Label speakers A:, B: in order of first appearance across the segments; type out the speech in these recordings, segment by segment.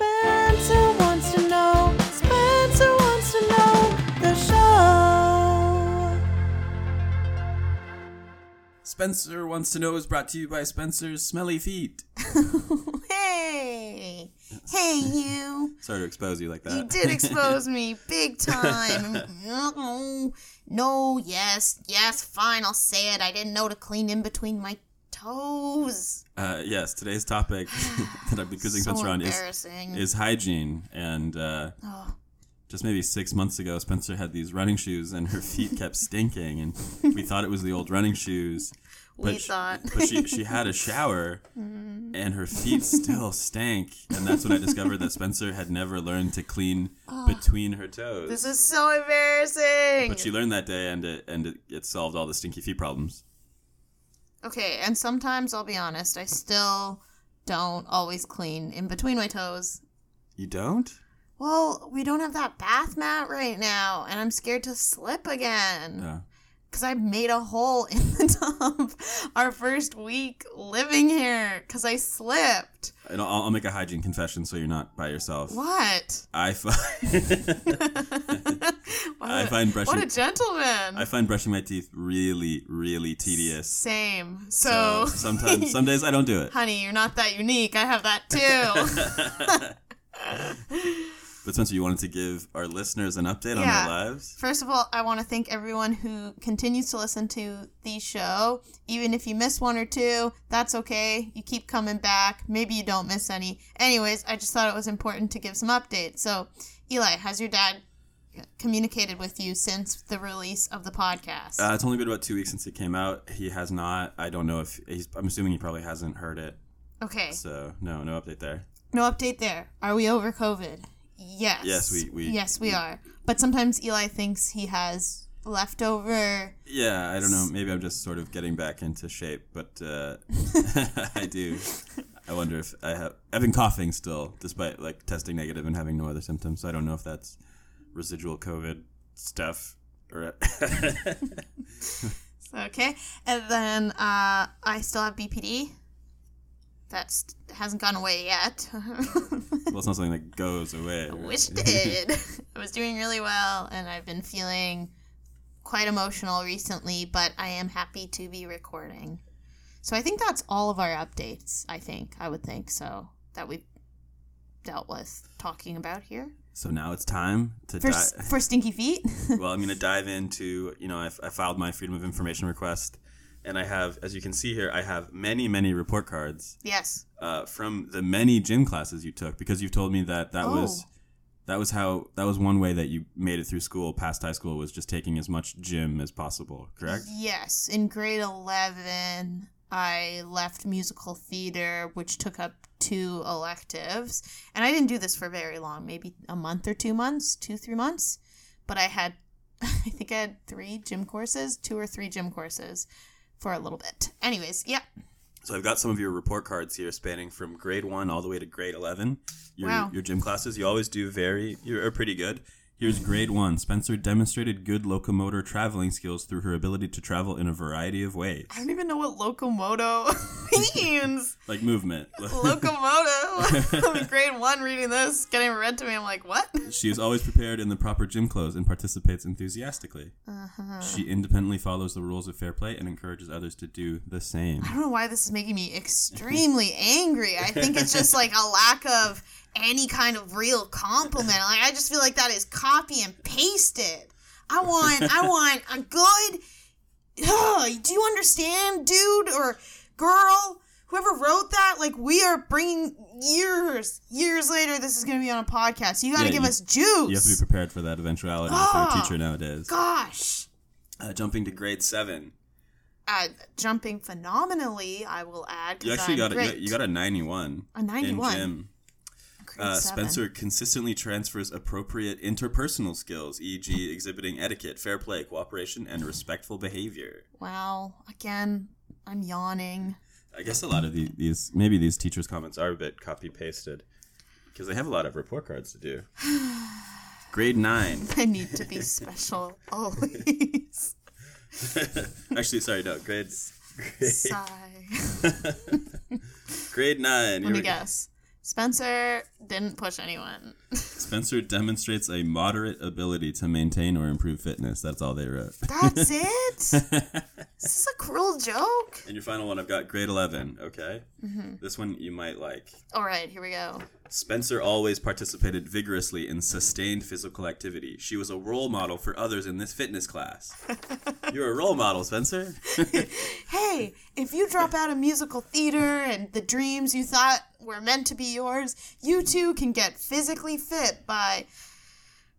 A: Spencer wants to know. Spencer wants to know the show.
B: Spencer Wants to Know is brought to you by Spencer's Smelly Feet.
A: Hey, hey, you.
B: Sorry to expose you like that.
A: You did expose me big time. No, no, yes, yes, fine, I'll say it. I didn't know to clean in between my toes.
B: Uh, yes, today's topic that I've been quizzing
A: So
B: Spencer on is,
A: embarrassing. Oh.
B: is hygiene. And uh, just maybe six months ago, Spencer had these running shoes and her feet kept stinking. And we thought it was the old running shoes.
A: We
B: sh-
A: thought. Mm-hmm.
B: but she, she had a shower and her feet still stank. And that's when I discovered that Spencer had never learned to clean between her toes.
A: Oh. This is so embarrassing.
B: but she learned that day and it, and it, it solved all the stinky feet problems.
A: Okay, and sometimes I'll be honest, I still don't always clean in between my toes.
B: You don't?
A: Well, we don't have that bath mat right now, and I'm scared to slip again
B: Yeah.
A: because I made a hole in the tub our first week living here because I slipped.
B: And I'll, I'll make a hygiene confession so you're not by yourself.
A: What?
B: I find
A: What
B: I
A: a-
B: find brushing-
A: What a gentleman.
B: I find brushing my teeth really, really tedious.
A: Same. So,
B: sometimes, some days I don't do it.
A: honey, you're not that unique. I have that too.
B: But Spencer, you wanted to give our listeners an update on
A: Yeah.
B: their lives.
A: First of all, I want to thank everyone who continues to listen to the show. Even if you miss one or two, that's okay. You keep coming back. Maybe you don't miss any. Anyways, I just thought it was important to give some updates. So, Eli, has your dad communicated with you since the release of the podcast?
B: Uh, it's only been about two weeks since it came out. He has not. I don't know if he's. I'm assuming he probably hasn't heard it.
A: okay.
B: So no, no update there.
A: No update there. Are we over COVID? Yes.
B: Yes, we- we-
A: Yes, we are. But sometimes Eli thinks he has leftover
B: Yeah, I don't know. Maybe I'm just sort of getting back into shape, but uh, I do. I wonder if I have. I've been coughing still, despite like testing negative and having no other symptoms. So I don't know if that's residual COVID stuff or.
A: Okay, and then uh, I still have BPD. That hasn't gone away yet.
B: well, it's not something that goes away. right?
A: Wish it did. I was doing really well, and I've been feeling quite emotional recently. But I am happy to be recording. So I think that's all of our updates. I think I would think so that we've dealt with talking about here
B: So now it's time to
A: for
B: dive.
A: for stinky feet.
B: well, I'm going to dive into. You know, I, I filed my freedom of information request, and I have, as you can see here, I have many, many report cards.
A: yes.
B: uh, from the many gym classes you took because you've told me that that was
A: Oh.
B: that was how that was one way that you made it through school past high school was just taking as much gym as possible correct
A: Mm-hmm. Yes, in grade 11, I left musical theater, which took up two electives. And I didn't do this for very long, maybe a month or two months, two, three months. But I had, I think I had three gym courses, two or three gym courses for a little bit. Anyways, yeah.
B: so i've got some of your report cards here spanning from grade 1 all the way to grade 11 your,
A: Wow.
B: your gym classes you always do very you're pretty good here's grade 1 spencer demonstrated good locomotor traveling skills through her ability to travel in a variety of ways
A: I don't even know what locomoto means.
B: like movement
A: locomoto. I'm in grade one reading this, getting read to me. I'm like, what?
B: She is always prepared in the proper gym clothes and participates enthusiastically.
A: Uh-huh.
B: She independently follows the rules of fair play and encourages others to do the same.
A: I don't know why this is making me extremely angry. I think it's just like a lack of any kind of real compliment. Like I just feel like that is copy and pasted. I want I want a good Ugh, do you understand, dude or girl? Whoever wrote that, like we are bringing years, years later, this is going to be on a podcast. You got to
B: Yeah,
A: give
B: you-
A: us juice.
B: You have to be prepared for that eventuality if you're
A: Oh!
B: a teacher nowadays.
A: Gosh.
B: Uh, jumping to grade seven,
A: Uh, jumping phenomenally, I will add.
B: you
A: 'cause
B: actually
A: I'm
B: got a,
A: great.
B: you, you got a 91.
A: A 91.
B: In gym.
A: Grade
B: Uh,
A: seven.
B: Spencer consistently transfers appropriate interpersonal skills, e.g., exhibiting etiquette, fair play, cooperation, and respectful behavior.
A: Wow. Again, I'm yawning.
B: I guess a lot of the, these, maybe these teachers' comments are a bit copy pasted because they have a lot of report cards to do. Grade nine.
A: I need to be special always.
B: Actually, sorry, no. Grade
A: Sigh.
B: grade nine.
A: Let
B: Here we
A: me
B: go.
A: guess. Spencer didn't push anyone.
B: Spencer demonstrates a moderate ability to maintain or improve fitness. That's all they wrote.
A: That's it? Is this a cruel joke?
B: And your final one, I've got grade eleven. Okay,
A: Mm-hmm.
B: this one you might like.
A: All right, here we go.
B: Spencer always participated vigorously in sustained physical activity. She was a role model for others in this fitness class. You're a role model, Spencer.
A: Hey, if you drop out of musical theater and the dreams you thought were meant to be yours, you too can get physically fit by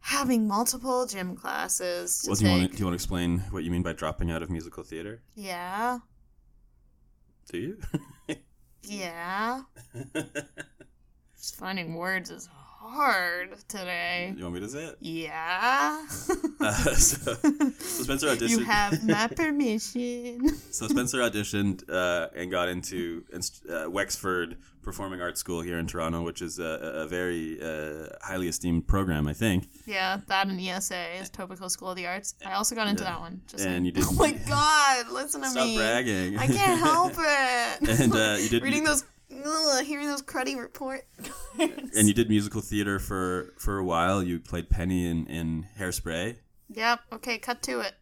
A: having multiple gym classes. To
B: Well, do you want
A: take.
B: to, do you want to explain what you mean by dropping out of musical theater?
A: Yeah.
B: Do you?
A: Yeah. Just finding words is hard today.
B: you want me to say it?
A: Yeah.
B: Uh, so, so Spencer auditioned.
A: you have my permission.
B: So Spencer auditioned uh, and got into inst- uh, Wexford Performing Arts School here in Toronto, which is a, a a very uh, highly esteemed program, I think.
A: Yeah, that and ESA is Topical School of the Arts. I also got into that one. Just
B: And
A: saying.
B: you did-
A: Oh my god, listen to
B: Stop
A: me.
B: bragging.
A: I can't help it.
B: And uh, you did
A: Reading those, ugh, hearing those cruddy report.
B: and you did musical theater for for a while. You played Penny in in Hairspray,
A: yep. Okay, cut to it.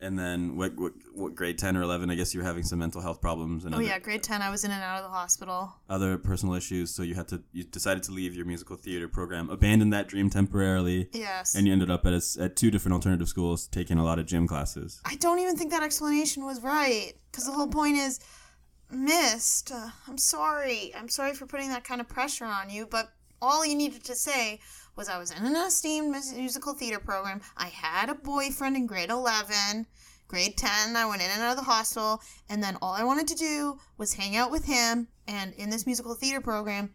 B: and then what what, what grade ten or eleven? I guess you were having some mental health problems and
A: Oh
B: other,
A: yeah, grade ten. I was in and out of the hospital.
B: other personal issues. So you had to you decided to leave your musical theater program, abandon that dream temporarily,
A: Yes.
B: and you ended up at a s at two different alternative schools, taking a lot of gym classes.
A: I don't even think that explanation was right. Because the whole point is, missed. Uh, I'm sorry. I'm sorry for putting that kind of pressure on you, but all you needed to say was I was in an esteemed mus- musical theater program. I had a boyfriend in grade 11. Grade 10, I went in and out of the hostel, and then all I wanted to do was hang out with him. And in this musical theater program,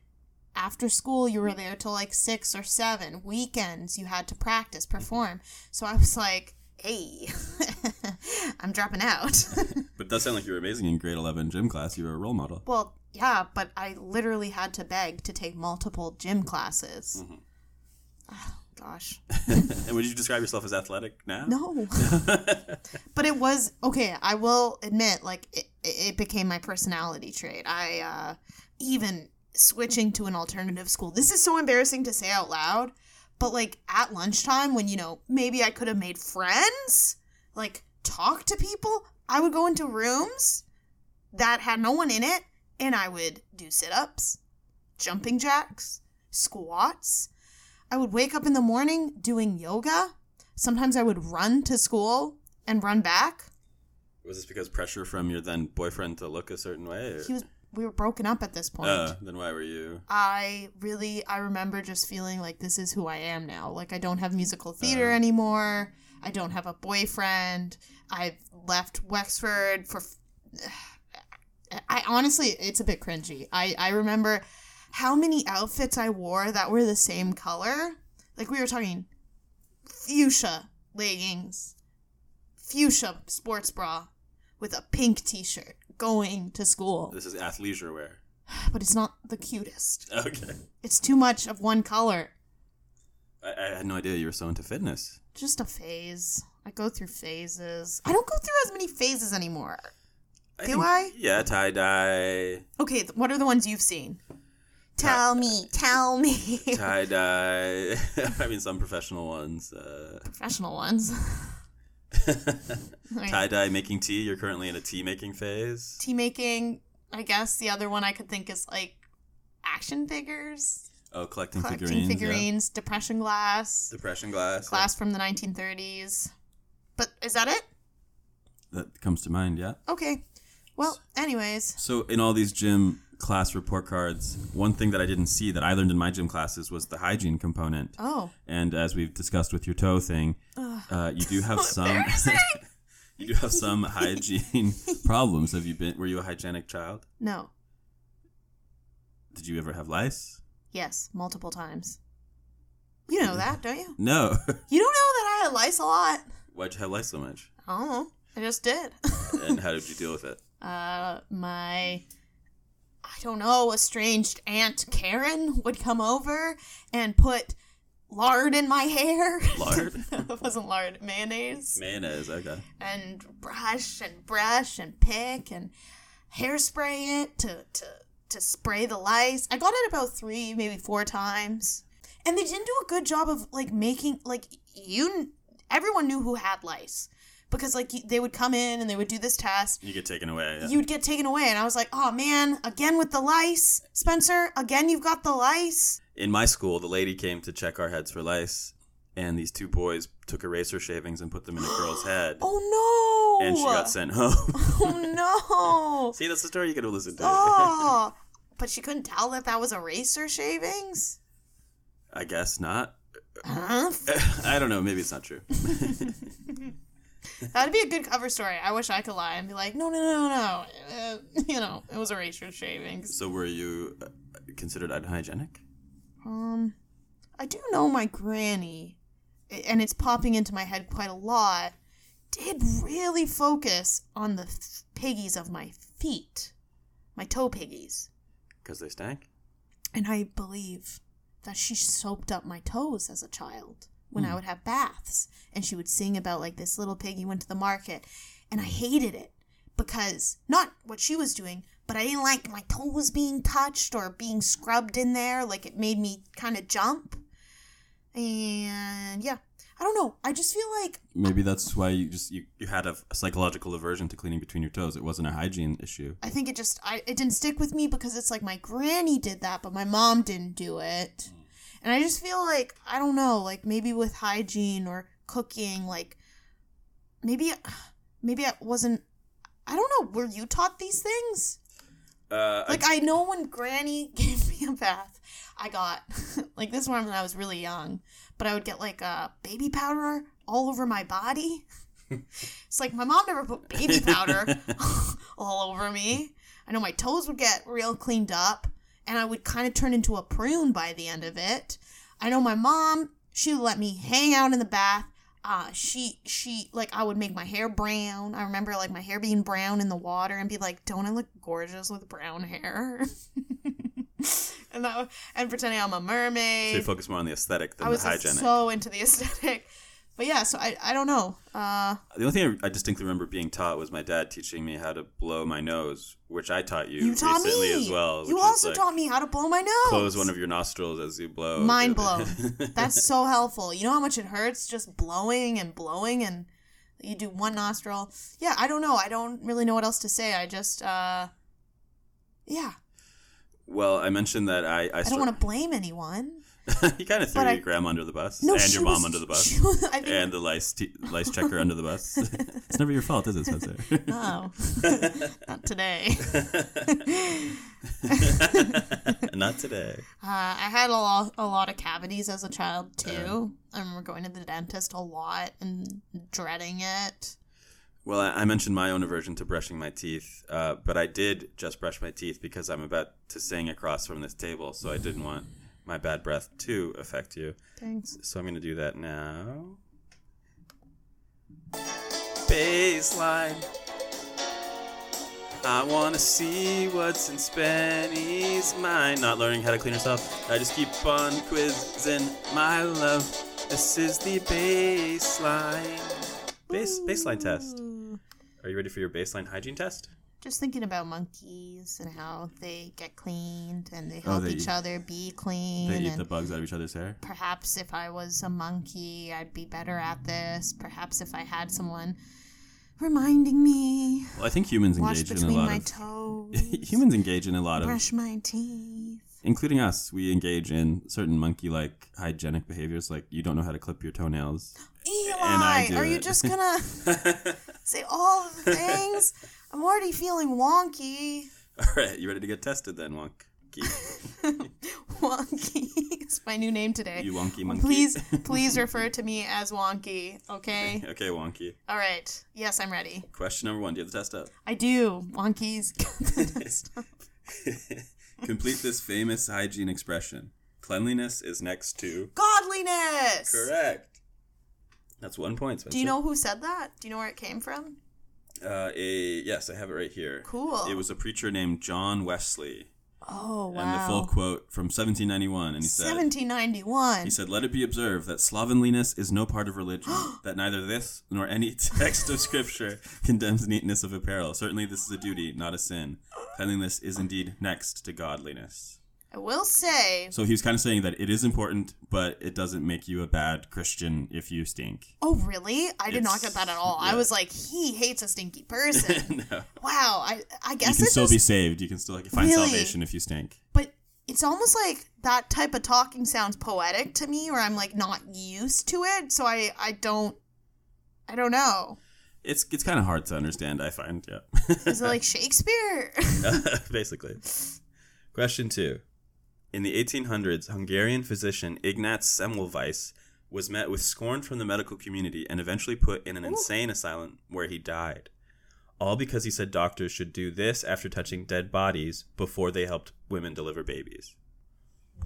A: after school you were there till like six or seven weekends you had to practice perform so i was like hey i'm dropping out
B: But it does sound like you were amazing in grade eleven gym class. You were a role model.
A: well yeah but i literally had to beg to take multiple gym classes Ah, gosh
B: And would you describe yourself as athletic now?
A: no but it was okay i will admit like it, it became my personality trait i uh even switching to an alternative school this is so embarrassing to say out loud but like at lunchtime when you know maybe i could have made friends like talk to people i would go into rooms that had no one in it and i would do sit-ups jumping jacks squats i would wake up in the morning doing yoga sometimes I would run to school and run back.
B: Was this because pressure from your then boyfriend to look a certain way? Or?
A: He was we were broken up at this point.
B: Uh, then why were you?
A: I really I remember just feeling like this is who I am now. Like I don't have musical theater anymore. I don't have a boyfriend. I've left Wexford for I honestly it's a bit cringy. I I remember how many outfits I wore that were the same color. Like we were talking fuchsia leggings, fuchsia sports bra with a pink t-shirt going to school.
B: This is athleisure wear.
A: But it's not the cutest.
B: Okay.
A: It's too much of one color.
B: I, I had no idea you were so into fitness.
A: Just a phase. I go through phases. I don't go through as many phases anymore. Do I?
B: Yeah, tie dye,
A: Okay, th- what are the ones you've seen? Tell me, tell me.
B: tie dye. I mean, some professional ones. Uh,
A: Professional ones. Right.
B: tie dye, making tea. You're currently in a tea making phase.
A: Tea making, I guess the other one I could think is like action figures,
B: Oh, collecting,
A: collecting
B: figurines.
A: figurines,
B: yeah.
A: depression glass,
B: Depression glass.
A: glass from the 1930s. But is that it?
B: yeah. That comes to mind. Yeah.
A: Okay. Well, anyways.
B: So in all these gym class report cards, one thing that I didn't see that I learned in my gym classes was the hygiene component.
A: Oh.
B: and as we've discussed with your toe thing, uh, you do have some. you do have some hygiene problems. Have you been? Were you a hygienic child?
A: No.
B: Did you ever have lice?
A: Yes, multiple times. You know that, don't you?
B: No.
A: You don't know that I had lice a lot.
B: Why'd you have lice so much?
A: I don't know. I just did.
B: And how did you deal with it?
A: uh, my, I don't know, estranged aunt Karen would come over and put lard in my hair.
B: Lard?
A: it wasn't lard, mayonnaise.
B: Mayonnaise, okay.
A: and brush and brush and pick and hairspray it to, to, to spray the lice. I got it about three, maybe four times. And they didn't do a good job of like making, like, you, everyone knew who had lice because like you- they would come in and they would do this test.
B: You get taken away. yeah.
A: You'd get taken away. And I was like, oh man, again with the lice, Spencer, again you've got the lice.
B: in my school, the lady came to check our heads for lice, and these two boys took eraser shavings and put them in a girl's head,
A: Oh no.
B: and she got sent home.
A: Oh no.
B: See, that's the story you could have listened to.
A: Oh, but she couldn't tell that that was eraser shavings.
B: I guess not.
A: Huh?
B: I don't know. Maybe it's not true.
A: That'd be a good cover story. I wish I could lie and be like, no, no, no, no, uh, you know, it was eraser shavings.
B: so, were you uh, considered unhygienic?
A: Um, I do know my granny, a- and it's popping into my head quite a lot. Did really focus on the f- piggies of my feet, my toe piggies,
B: Because they stank.
A: and I believe that she soaped up my toes as a child when I would have baths. And she would sing about like this little piggy went to the market. And I hated it because not what she was doing, but I didn't like my toes being touched or being scrubbed in there. Like it made me kind of jump. And yeah, I don't know. I just feel like
B: Maybe that's why you just you, you had a, a psychological aversion to cleaning between your toes. It wasn't a hygiene issue.
A: I think it just I it didn't stick with me because it's like my granny did that, but my mom didn't do it. And I just feel like I don't know, like maybe with hygiene or cooking, like maybe maybe I wasn't I don't know, were you taught these things?
B: Uh,
A: Like I know when granny gave me a bath, I got like this one when I was really young, but I would get like uh, baby powder all over my body. it's like my mom never put baby powder all over me. I know my toes would get real cleaned up and I would kind of turn into a prune by the end of it. I know my mom, she would let me hang out in the bath. Uh, she she like I would make my hair brown. I remember like my hair being brown in the water and be like, "Don't I look gorgeous with brown hair?" and that and pretending I'm a mermaid.
B: so you focus more on the aesthetic than
A: I
B: the
A: was
B: hygienic.
A: just so into the aesthetic. But yeah, so I, I don't know. Uh,
B: The only thing I, I distinctly remember being taught was my dad teaching me how to blow my nose, which I taught you,
A: you taught
B: recently
A: me.
B: as well.
A: you
B: which is,
A: also
B: like,
A: taught me how to blow my nose.
B: Close one of your nostrils as you blow.
A: Mind blown. That's so helpful. You know how much it hurts just blowing and blowing and you do one nostril. Yeah, I don't know. I don't really know what else to say. I just uh yeah,
B: well, I mentioned that I. I,
A: I don't want to blame anyone.
B: to. you kind of threw
A: but I-
B: your grandma under the bus
A: No,
B: and
A: she
B: your mom
A: was-
B: under the bus
A: she was- I think-
B: and the lice t- lice checker under the bus. it's never your fault, is it, Spencer?
A: No. Not today.
B: Not today.
A: Uh, I had a lot, a lot of cavities as a child too.
B: Uh-huh.
A: I remember going to the dentist a lot and dreading it.
B: Well, I, I mentioned my own aversion to brushing my teeth, uh, but I did just brush my teeth because I'm about to sing across from this table, so I didn't want my bad breath to affect you.
A: Thanks.
B: So I'm going to do that now. Baseline. I want to see what's in Spenny's mind. Not learning how to clean herself. I just keep on quizzing my love. This is the baseline. Base, baseline test. Are you ready for your baseline hygiene test?
A: Just thinking about monkeys and how they get cleaned and they help
B: Oh, they
A: each
B: eat-
A: other be clean. and
B: bugs out of each other's hair.
A: perhaps if I was a monkey, I'd be better at this. Perhaps if I had someone reminding me,
B: Well, I think humans
A: watch
B: engage in a
A: between
B: lot
A: my
B: of.
A: toes,
B: humans engage in a lot of
A: brush my teeth.
B: including us, we engage in certain monkey like hygienic behaviors, like you don't know how to clip your toenails. I
A: Eli,
B: do
A: are you
B: it.
A: just gonna say all of the things? I'm already feeling wonky.
B: All right, you ready to get tested then, wonky?
A: Wonky. it's my new name today.
B: You wonky monkey.
A: Please, please refer to me as Wonky, okay?
B: okay, wonky.
A: All right. Yes, I'm ready.
B: Question number one Do you have the test up?
A: I do. Wonkies.
B: Complete this famous hygiene expression. Cleanliness is next to
A: Godliness.
B: correct. That's one point. Spencer.
A: Do you know who said that? Do you know where it came from?
B: Uh, a yes, I have it right here.
A: Cool.
B: It was a preacher named John Wesley,
C: Oh
B: and the full
C: wow.
B: quote from 1791, and he said.
A: 1791.
B: He said, Let it be observed that slovenliness is no part of religion, that neither this nor any text of Scripture condemns neatness of apparel. Certainly, this is a duty, not a sin. Cleanliness is indeed next to godliness.
A: I will say.
B: So he was kind of saying that it is important, but it doesn't make you a bad Christian if you stink.
A: Oh, really? I did not
B: It's-
A: get that at all. I
B: yeah.
A: was like, he hates a stinky person.
B: no.
A: Wow. I I
B: You
A: guess
B: can
A: it's
B: still
A: just,
B: be saved. You can still like, find
A: Really?
B: salvation if you stink.
A: but it's almost like that type of talking sounds poetic to me, where I'm like not used to it, so I I don't. I don't know.
B: It's it's kind of hard to understand, I find. Yeah.
A: Is it like Shakespeare?
B: Basically. Question two. In the 1800s, Hungarian physician Ignaz Semmelweis was met with scorn from the medical community and eventually put in an insane asylum where he died. All because he said doctors should do this after touching dead bodies before they helped women deliver babies.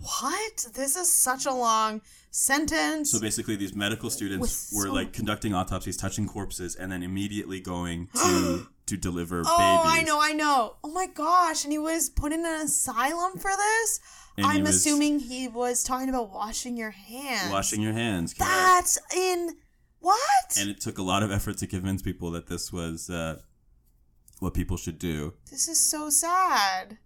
A: what? This is such a long sentence.
B: So basically, these medical students
A: With
B: were
A: so-
B: like conducting autopsies, touching corpses, and then immediately going to to deliver
A: Oh,
B: babies.
A: I know, I know. Oh my gosh, and he was put in an asylum for this?
B: And he
A: I'm
B: was-
A: assuming he was talking about washing your hands.
B: Washing your hands. correct.
A: That's in what?
B: and it took a lot of effort to convince people that this was uh, what people should do.
A: this is so sad.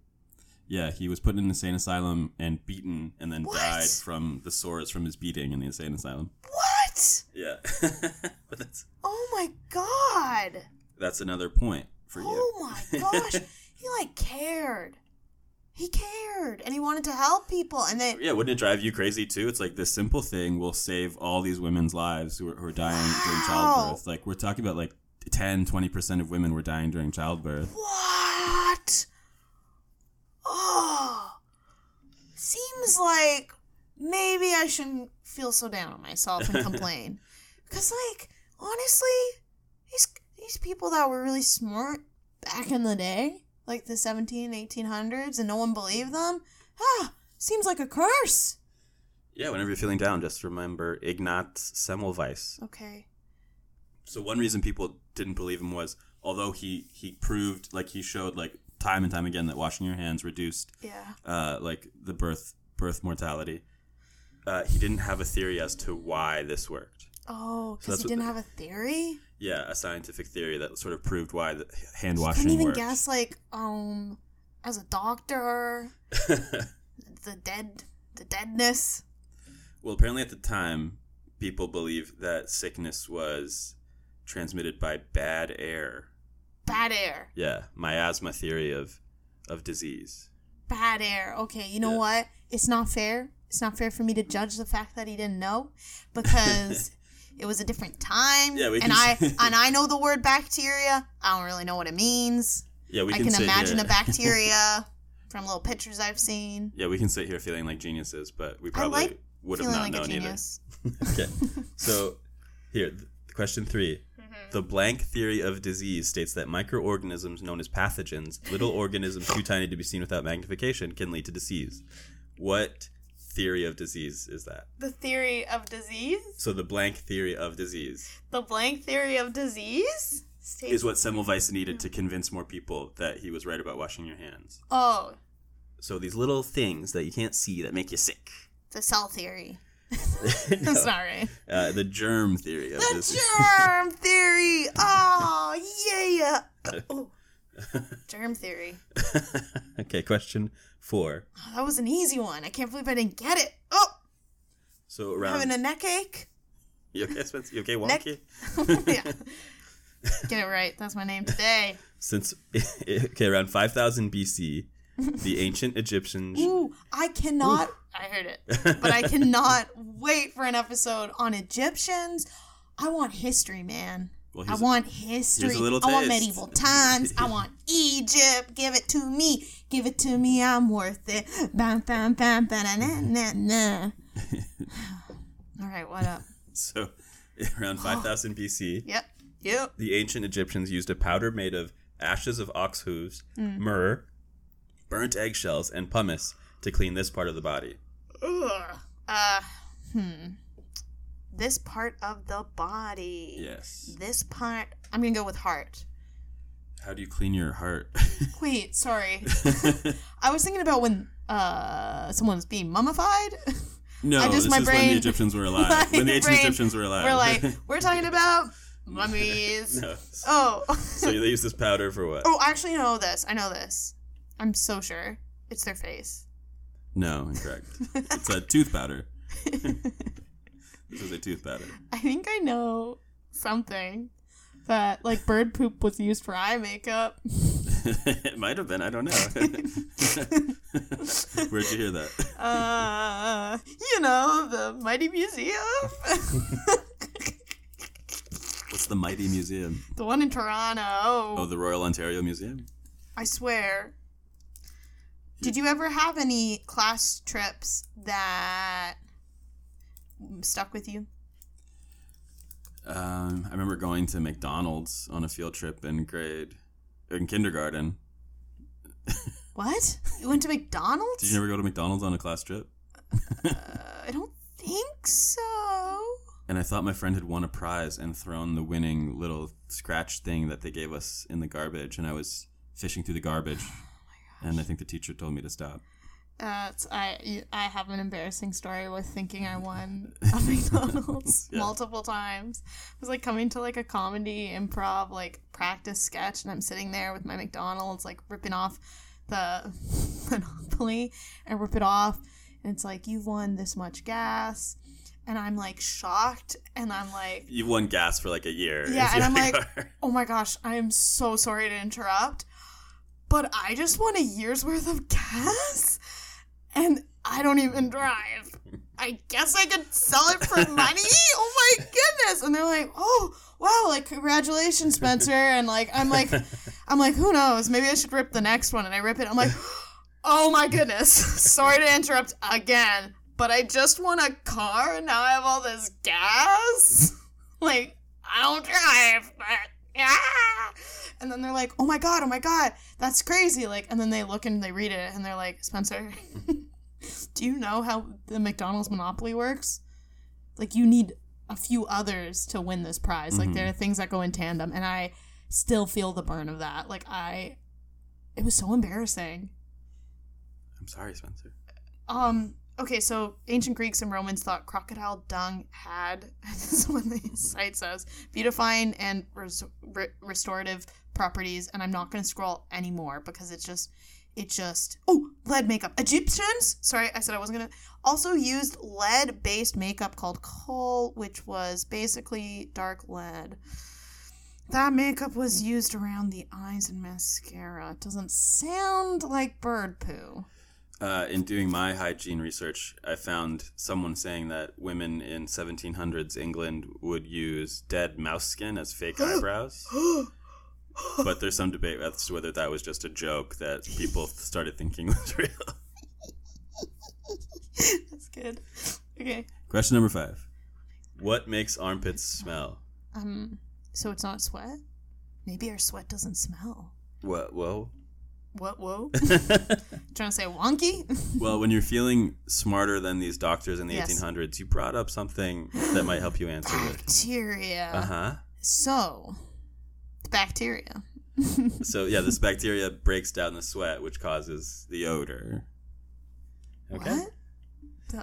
B: Yeah, he was put in an insane asylum and beaten, and then
A: What?
B: died from the sores from his beating in the insane asylum.
A: What?
B: Yeah, but that's
A: Oh my god.
B: that's another point for you.
A: Oh my gosh. he like cared. He cared and he wanted to help people and then
B: Yeah, wouldn't it drive you crazy too? It's like this simple thing will save all these women's lives who are, who are dying during
A: Wow.
B: childbirth. Like we're talking about like 10, 20% of women were dying during childbirth.
A: What? Oh. Seems like maybe I shouldn't feel so down on myself and complain. Because, like, honestly, these, these people that were really smart back in the day, like the 17, 1800s, and no one believed them, ah, seems like a curse.
B: Yeah, whenever you're feeling down, just remember Ignaz Semmelweis.
A: Okay.
B: so one reason people didn't believe him was although he he proved like he showed like time and time again that washing your hands reduced
A: Yeah.
B: uh like the birth birth mortality uh he didn't have a theory as to why this worked So
A: Oh, because
B: that's
A: he
B: what
A: didn't
B: the-
A: have a theory?
B: yeah a scientific theory that sort of proved why the hand
A: I
B: washing
A: couldn't even
B: worked.
A: guess, like, um, as a doctor, the dead, the deadness.
B: well apparently at the time people believed that sickness was transmitted by bad air
A: Bad air.
B: yeah miasma theory of of disease
A: Bad air. Okay, you know
B: Yeah.
A: what? It's not fair. It's not fair for me to judge the fact that he didn't know because it was a different time.
B: Yeah, we
A: and
B: can-
A: I and I know the word bacteria. I don't really know what it means.
B: yeah we
A: I
B: can,
A: can
B: sit
A: imagine
B: here.
A: a bacteria from little pictures I've seen.
B: Yeah, we can sit here feeling like geniuses, but we probably
A: I like
B: would have
A: feeling
B: not
A: like a
B: known either.
A: genius.
B: okay. So, here, th- question 3 The blank theory of disease states that microorganisms known as pathogens, little organisms too tiny to be seen without magnification, can lead to disease. What theory of disease is that?
A: The theory of disease.
B: So, the blank theory of disease
A: The blank theory of disease. States
B: is what Semmelweis needed to convince more people that he was right about washing your hands.
A: Oh,
B: So, these little things that you can't see that make you sick.
A: the cell theory. That's not right.
B: Uh, the germ theory of disease.
A: Germ theory. Oh yeah. Oh. Germ theory.
B: okay, question four.
A: Oh, that was an easy one. I can't believe I didn't get it. Oh,
B: So
A: I'm
B: around.
A: having a neck ache.
B: you okay, Spencer? You okay,
A: Neck-
B: wonky?
A: yeah. Get it right. That's my name today.
B: Since okay, around 5000 BC, the ancient Egyptians.
A: Ooh, I cannot. I heard it, but I cannot wait for an episode on Egyptians. I want history, man.
B: Well,
A: I
B: here's a-
A: want history.
B: here's a little
A: I want
B: taste.
A: medieval times. I want Egypt. Give it to me. Give it to me. I'm worth it. Bam, bam, bam, ba, na, na, na, na. All right, what up?
B: So around 5000 BC,
A: Yep. Yep.
B: the ancient Egyptians used a powder made of ashes of ox Hmm. hooves, myrrh, burnt eggshells, and pumice to clean this part of the body.
A: Ugh. Uh, hmm. This part of the body.
B: Yes.
A: This part. I'm gonna go with heart.
B: How do you clean your heart?
A: Wait, sorry. I was thinking about when uh someone's being mummified.
B: no,
A: I just-
B: this
A: my
B: is when
A: brain-
B: the Egyptians were
A: My
B: alive. when the ancient
A: brain-
B: Egyptians were alive.
A: We're like, we're talking about mummies.
B: no.
A: Oh.
B: So they use this powder for what?
A: oh, I actually know this. I know this. I'm so sure. It's their face.
B: No, incorrect. it's a tooth powder. this is a tooth powder.
A: I think I know something that like bird poop was used for eye makeup.
B: it might have been. I don't know. Where'd you hear that?
A: Uh, you know, the mighty museum,
B: What's the mighty museum?
A: the one in Toronto.
B: Oh, the Royal Ontario Museum.
A: I swear. Did you ever have any class trips that stuck with you?
B: Um, I remember going to McDonald's on a field trip in grade in kindergarten.
A: What? You went to McDonald's?
B: Did you never go to McDonald's on a class trip?
A: I don't think so.
B: And I thought my friend had won a prize and thrown the winning little scratch thing that they gave us in the garbage, and I was fishing through the garbage. and I think the teacher told me to stop.
A: Uh, it's- I I have an embarrassing story with thinking I won at McDonald's multiple times. I was like coming to like a comedy improv like practice sketch, and I'm sitting there with my McDonald's like ripping off the Monopoly and rip it off, and it's like you've won this much gas, and I'm like shocked, and I'm like
B: You won gas for like a year.
A: yeah,
B: is
A: and
B: the
A: I'm like,
B: other-
A: oh my gosh, I am so sorry to interrupt, but I just won a year's worth of gas, and I don't even drive. I guess I could sell it for money. Oh my goodness! And they're like, oh wow, like congratulations, Spencer. And like, I'm like, I'm like, who knows? Maybe I should rip the next one. And I rip it. I'm like, oh my goodness. sorry to interrupt again. But I just won a car and now I have all this gas like I don't drive, but yeah. And then they're like, "Oh my god, oh my god, that's crazy!" Like, and then they look and they read it, and they're like, "Spencer, do you know how the McDonald's monopoly works? Like, you need a few others to win this prize. Like, there are things that go in tandem." And I still feel the burn of that. Like, I, it was so embarrassing.
B: I'm sorry, Spencer.
A: Um. Okay, so ancient Greeks and Romans thought crocodile dung had, this is what the site says, beautifying and res- re- restorative properties. And I'm not going to scroll anymore because it's just, it just. Oh, lead makeup. Egyptians, sorry, I said I wasn't going to. Also used lead based makeup called kohl, which was basically dark lead. That makeup was used around the eyes and mascara. Doesn't sound like bird poo.
B: Uh, in doing my hygiene research, I found someone saying that women in 1700s England would use dead mouse skin as fake eyebrows. But there's some debate as to whether that was just a joke that people started thinking was real.
A: That's good. Okay.
B: Question number five What makes armpits smell?
A: Um. So it's not sweat. Maybe our sweat doesn't smell.
B: What? Well,
A: What? Whoa. Trying to say wonky?
B: well, when you're feeling smarter than these doctors in the
A: Yes.
B: 1800s, you brought up something that might help you answer this.
A: Bacteria.
B: Uh huh.
A: So, the bacteria.
B: So yeah, this bacteria breaks down the sweat, which causes the odor. Okay.
A: What?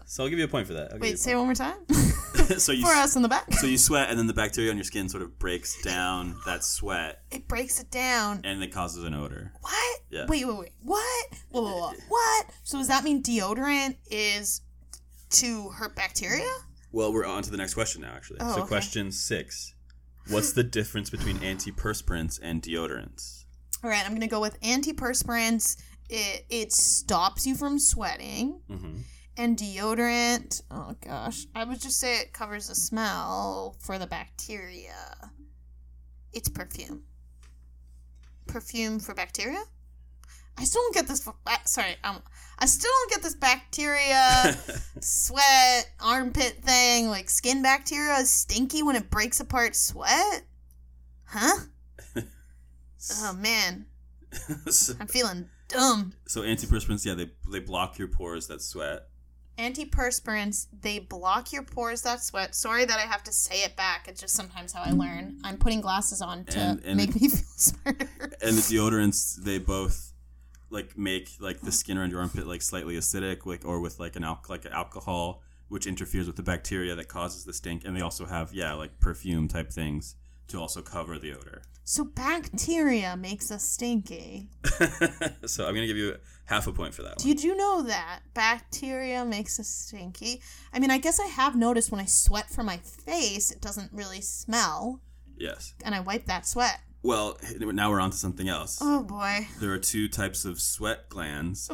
B: So I'll give you a point for that. I'll give you a
A: Wait, say it one more time.
B: point. so you
A: For us in the back.
B: so you sweat, and then the bacteria on your skin sort of breaks down that sweat,
A: It breaks it down.
B: and it causes an odor.
A: What?
B: Yeah.
A: Wait, wait, wait. What? Whoa, whoa, whoa. What? So does that mean deodorant is to hurt bacteria?
B: Well, we're on to the next question now, actually.
A: Oh,
B: so
A: okay.
B: question six: What's the difference between antiperspirants and deodorants?
A: All right, I'm gonna go with antiperspirants. It it stops you from sweating, and deodorant. Oh gosh, I would just say it covers the smell for the bacteria. It's perfume. Perfume for bacteria. I still don't get this. For, uh, sorry, um, I still don't get this bacteria, sweat, armpit thing. Like skin bacteria is stinky when it breaks apart sweat. Huh? oh man.
B: so,
A: I'm feeling dumb.
B: so antiperspirants, yeah, they they block your pores that sweat.
A: Antiperspirants, they block your pores that sweat. Sorry that I have to say it back. It's just sometimes how I learn. I'm putting glasses on to
B: And- and-
A: make me feel smarter.
B: and the deodorants they both like make like the skin around your armpit like slightly acidic like or with like an al- like alcohol which interferes with the bacteria that causes the stink and they also have yeah like perfume type things to also cover the odor
A: So bacteria makes us stinky.
B: so i'm gonna give you half a point for that one
A: Did you know that bacteria makes us stinky? I mean, I guess I have noticed when I sweat from my face, it doesn't really smell,
B: yes
A: and I wipe that sweat.
B: well now we're on to something else
A: Oh boy.
B: there are two types of sweat glands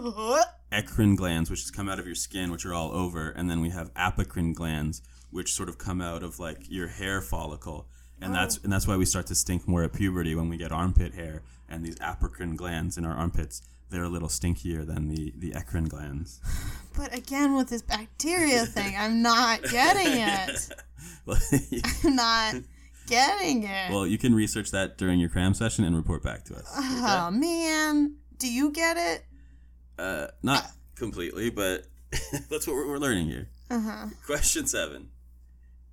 B: eccrine glands, which is come out of your skin, which are all over, and then we have apocrine glands, which sort of come out of like your hair follicle, and that's and that's why we start to stink more at puberty when we get armpit hair, and these apocrine glands in our armpits, they're a little stinkier than the the eccrine glands.
A: But again, with this bacteria thing, I'm not getting it.
B: Well,
A: I'm not getting it.
B: well, you can research that during your cram session and report back to us.
A: oh man, do you get it?
B: Uh, not completely, but that's what we're, we're learning here.
A: Uh-huh.
B: Question seven: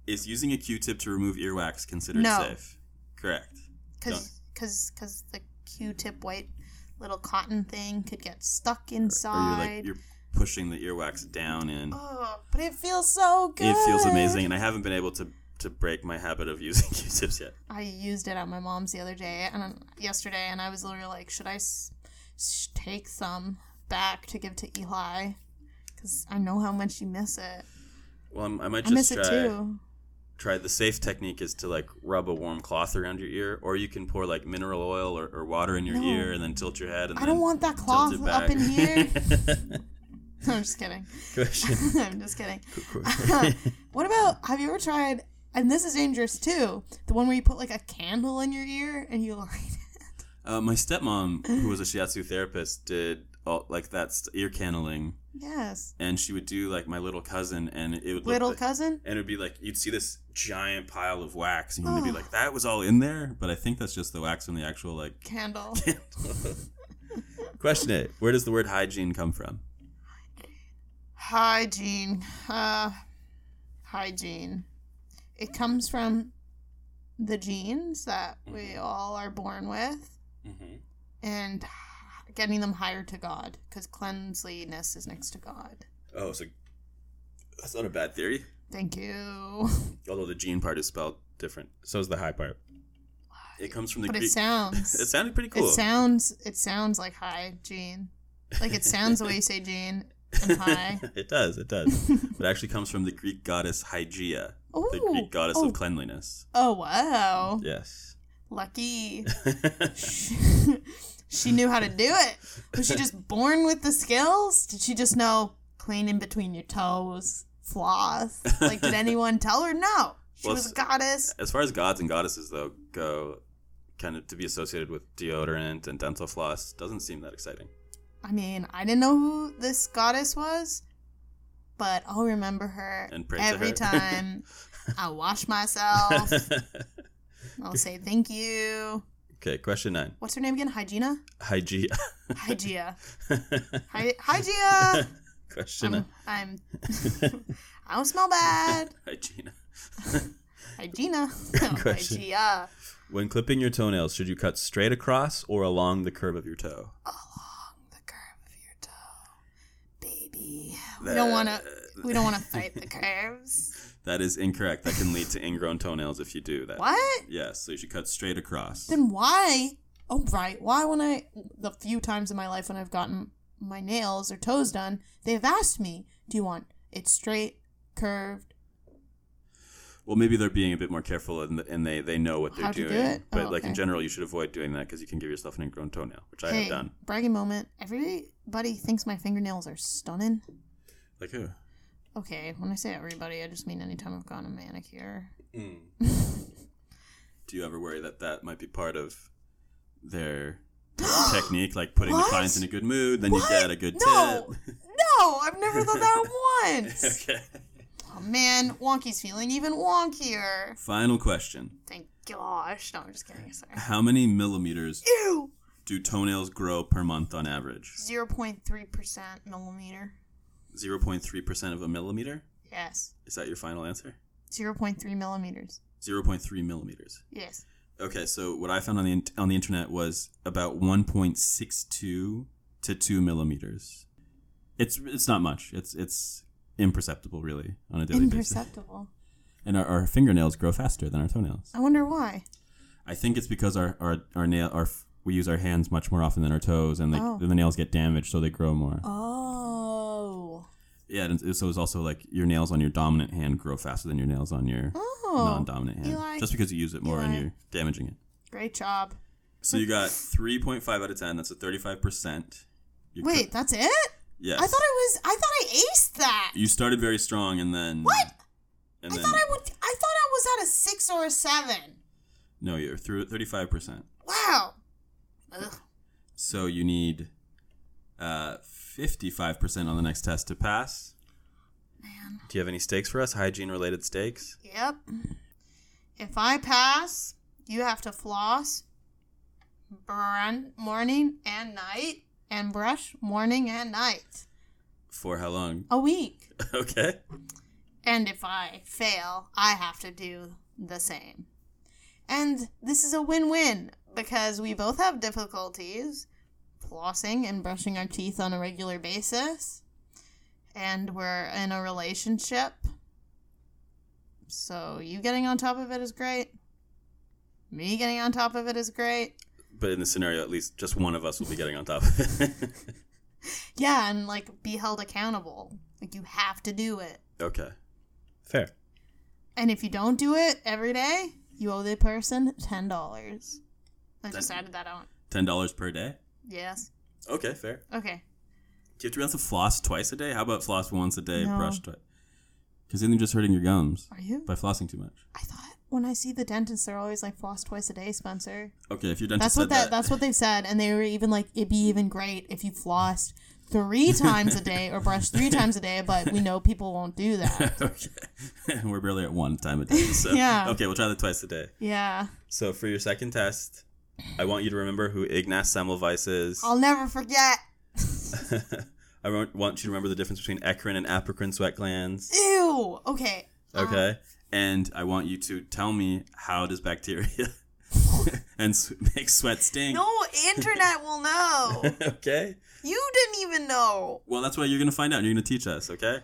B: Is using a Q-tip to remove earwax considered
A: No.
B: safe? Correct.
A: Because because because the Q-tip white little cotton thing could get stuck
B: Or you're
A: inside.
B: like you're pushing the earwax down in.
A: oh, but it feels so good.
B: it feels amazing, and I haven't been able to to break my habit of using Q-tips yet.
A: I used it at my mom's the other day and yesterday, and I was literally like, should I s- s- take some back to give to Eli? Because I know how much you miss it.
B: Well, I'm, I might
A: I
B: just
A: miss
B: try
A: it too.
B: try the safe technique is to like rub a warm cloth around your ear, or you can pour like mineral oil or, or water in your ear and then tilt your head. And
A: I don't
B: then
A: want that
B: tilt
A: cloth
B: it
A: up
B: back.
A: in here. I'm just kidding.
B: Question.
A: I'm just kidding. what about have you ever tried? And this is dangerous too. The one where you put like a candle in your ear and you light it.
B: Uh, my stepmom, who was a shiatsu therapist, did all, like that st- ear candling,
A: Yes,
B: and she would do like my little cousin, and it would look
A: little
B: like-
A: cousin.
B: and it'd be like you'd see this giant pile of wax and you'd be like that was all in there but i think that's just the wax from the actual like
A: Candle.
B: question it where does the word hygiene come from
A: hygiene. Uh, hygiene. It comes from the genes that we all are born with, and getting them higher to God, because cleanliness is next to God.
B: oh so that's not a bad theory
A: Thank you.
B: although the gene part is spelled different so is the high part it comes from the
A: But
B: greek
A: it sounds.
B: it sounded pretty cool
A: It sounds it sounds like hi, Gene. Like it sounds the way you say Gene and hi.
B: it does it does but it actually comes from the greek goddess hygeia the
A: Ooh.
B: greek goddess
A: Oh.
B: of cleanliness
A: Oh wow.
B: yes
A: Lucky. she knew how to do it. Was she just born with the skills? Did she just know clean in between your toes, floss? Like did anyone tell her? No. She
B: Well,
A: was a
B: s-
A: goddess.
B: as far as gods and goddesses though go kind of to be associated with deodorant and dental floss doesn't seem that exciting
A: I mean, I didn't know who this goddess was, but I'll remember her
B: And pray to
A: every
B: her.
A: time I wash myself. I'll say thank you.
B: okay question nine
A: What's her name again? Hygiena?
B: hygiene
A: Hygia. Hy- Hygia! Um.
B: question nine
A: I'm. I don't smell bad.
B: hygiene
A: Hygiena.
B: question.
A: Hygia.
B: when clipping your toenails should you cut straight across or along the curve of your toe
A: The curve of your toe, baby. We don't want to. We don't want to fight the curves.
B: that is incorrect that can lead to ingrown toenails if you do that
A: What?
B: yes so you should cut straight across
A: Then why? Oh right. Why when I the few times in my life when I've gotten my nails or toes done, they've asked me, "Do you want it straight, curved?"
B: well maybe they're being a bit more careful and, and they, they know what they're
A: How to do
B: doing
A: it?
B: but
A: Oh,
B: like in
A: okay.
B: general you should avoid doing that because you can give yourself an ingrown toenail which i have done
A: bragging moment. Everybody thinks my fingernails are stunning.
B: like who
A: Okay, when I say everybody, I just mean anytime I've gotten a manicure.
B: do you ever worry that that might be part of their technique like putting the clients in a good mood then you get a good
A: No, no, I've never thought that once.
B: tip okay
A: Oh man, Wonky's feeling even wonkier.
B: final question
A: Thank gosh. No, I'm just kidding. Sorry.
B: how many millimeters
A: Ew.
B: do toenails grow per month on average
A: 0.3% millimeter.
B: zero point three percent of a millimeter.
A: Yes.
B: Is that your final answer?
A: 0.3 millimeters.
B: Zero point three millimeters.
A: Yes.
B: Okay, so what I found on the in- on the internet was about one point six two to two millimeters. It's it's not much. It's it's imperceptible really on a daily basis.
A: Imperceptible.
B: And our, our fingernails grow faster than our toenails.
A: I wonder why.
B: I think it's because our our, our nail our f- we use our hands much more often than our toes, and they,
A: Oh.
B: the nails get damaged, so they grow more.
C: Oh.
B: Yeah, and it's- so it's also like your nails on your dominant hand grow faster than your nails on your
A: Oh.
B: non-dominant hand,
A: Eli.
B: just because you use it more and
A: Eli.
B: you're damaging it.
A: Great job.
B: So you got three point five out of ten. That's a thirty-five percent.
A: Wait, that's it?
B: yes,
A: I thought I was. I thought I aced that.
B: you started very strong, and then
A: What?
B: And
A: I
B: then
A: thought I would. I thought I was at a six or a seven.
B: no, you're through thirty-five percent.
A: Wow. Ugh.
B: So you need uh fifty-five percent on the next test to pass. Man, do you have any stakes for us? Hygiene-related stakes?
A: Yep. If I pass, you have to floss brun- morning and night and brush morning and night.
B: For how long?
A: A week.
B: okay.
A: And if I fail, I have to do the same. And this is a win win because we both have difficulties flossing and brushing our teeth on a regular basis. And we're in a relationship. So you getting on top of it is great. Me getting on top of it is great.
B: But in this scenario, at least just one of us will be getting on top. of it.
A: Yeah, and like be held accountable. Like you have to do it.
B: okay. Fair.
A: And if you don't do it every day, you owe the person ten dollars. I just added that on.
B: Ten dollars per day.
A: Yes.
B: Okay, fair.
A: Okay.
B: Do you have to, be able to floss twice a day? How about floss once a day,
A: No.
B: brush twice? Because then you're just hurting your gums
A: Are you?
B: by flossing too much.
A: I thought when I see the dentist, they're always like floss twice a day, Spencer.
B: Okay, if your dentist
A: That's
B: said
A: what that,
B: that,
A: That's what they said, and they were even like, it'd be even great if you flossed three times a day or brushed three times a day. But we know people won't do that.
B: okay. We're barely at one time a day. So
A: Yeah.
B: Okay, we'll try that twice a day.
A: Yeah.
B: So for your second test, I want you to remember who Ignaz Semmelweis is.
A: I'll never forget.
B: I want want you to remember the difference between eccrine and apocrine sweat glands.
A: Ew. Okay.
B: Okay. and I want you to tell me how does bacteria and s- make sweat stink.
A: No internet will know.
B: Okay.
A: You didn't even know.
B: Well, that's what you're going to find out. You're going to teach us, okay?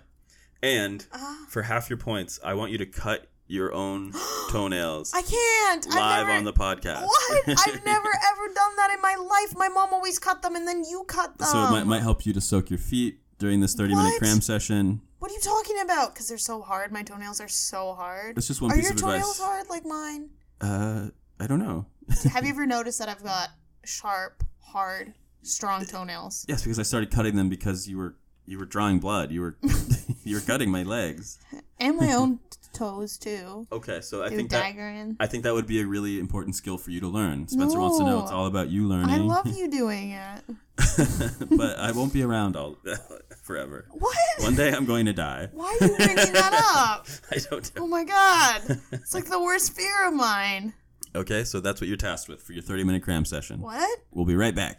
B: And
A: Ah.
B: for half your points, I want you to cut your own toenails
A: I can't. I've
B: live
A: never-
B: on the podcast.
A: What? I've never ever done that in my life. My mom always cut them, and then you cut them.
B: so it might, might help you to soak your feet during this 30 minute
A: um, What?
B: cram session.
A: What are you talking about? Because they're so hard. My toenails are so hard.
B: It's just one
A: are
B: piece
A: your
B: of advice.
A: toenails hard like mine?
B: Uh, I don't know.
A: Have you ever noticed that I've got sharp, hard, strong toenails?
B: Yes, because I started cutting them because you were you were drawing blood. You were you were cutting my legs.
A: And my own toes too.
B: Okay, so I
A: Do
B: think that
A: dagger in.
B: I think that would be a really important skill for you to learn. Spencer wants to know.
A: No.
B: It's all about you learning.
A: I love you doing it.
B: but I won't be around all forever.
A: What?
B: One day I'm going to die.
A: Why are you bringing that up?
B: I don't
A: Oh
B: know.
A: my god! It's like the worst fear of mine.
B: Okay, so that's what you're tasked with for your 30 minute cram session.
A: What?
B: We'll be right back.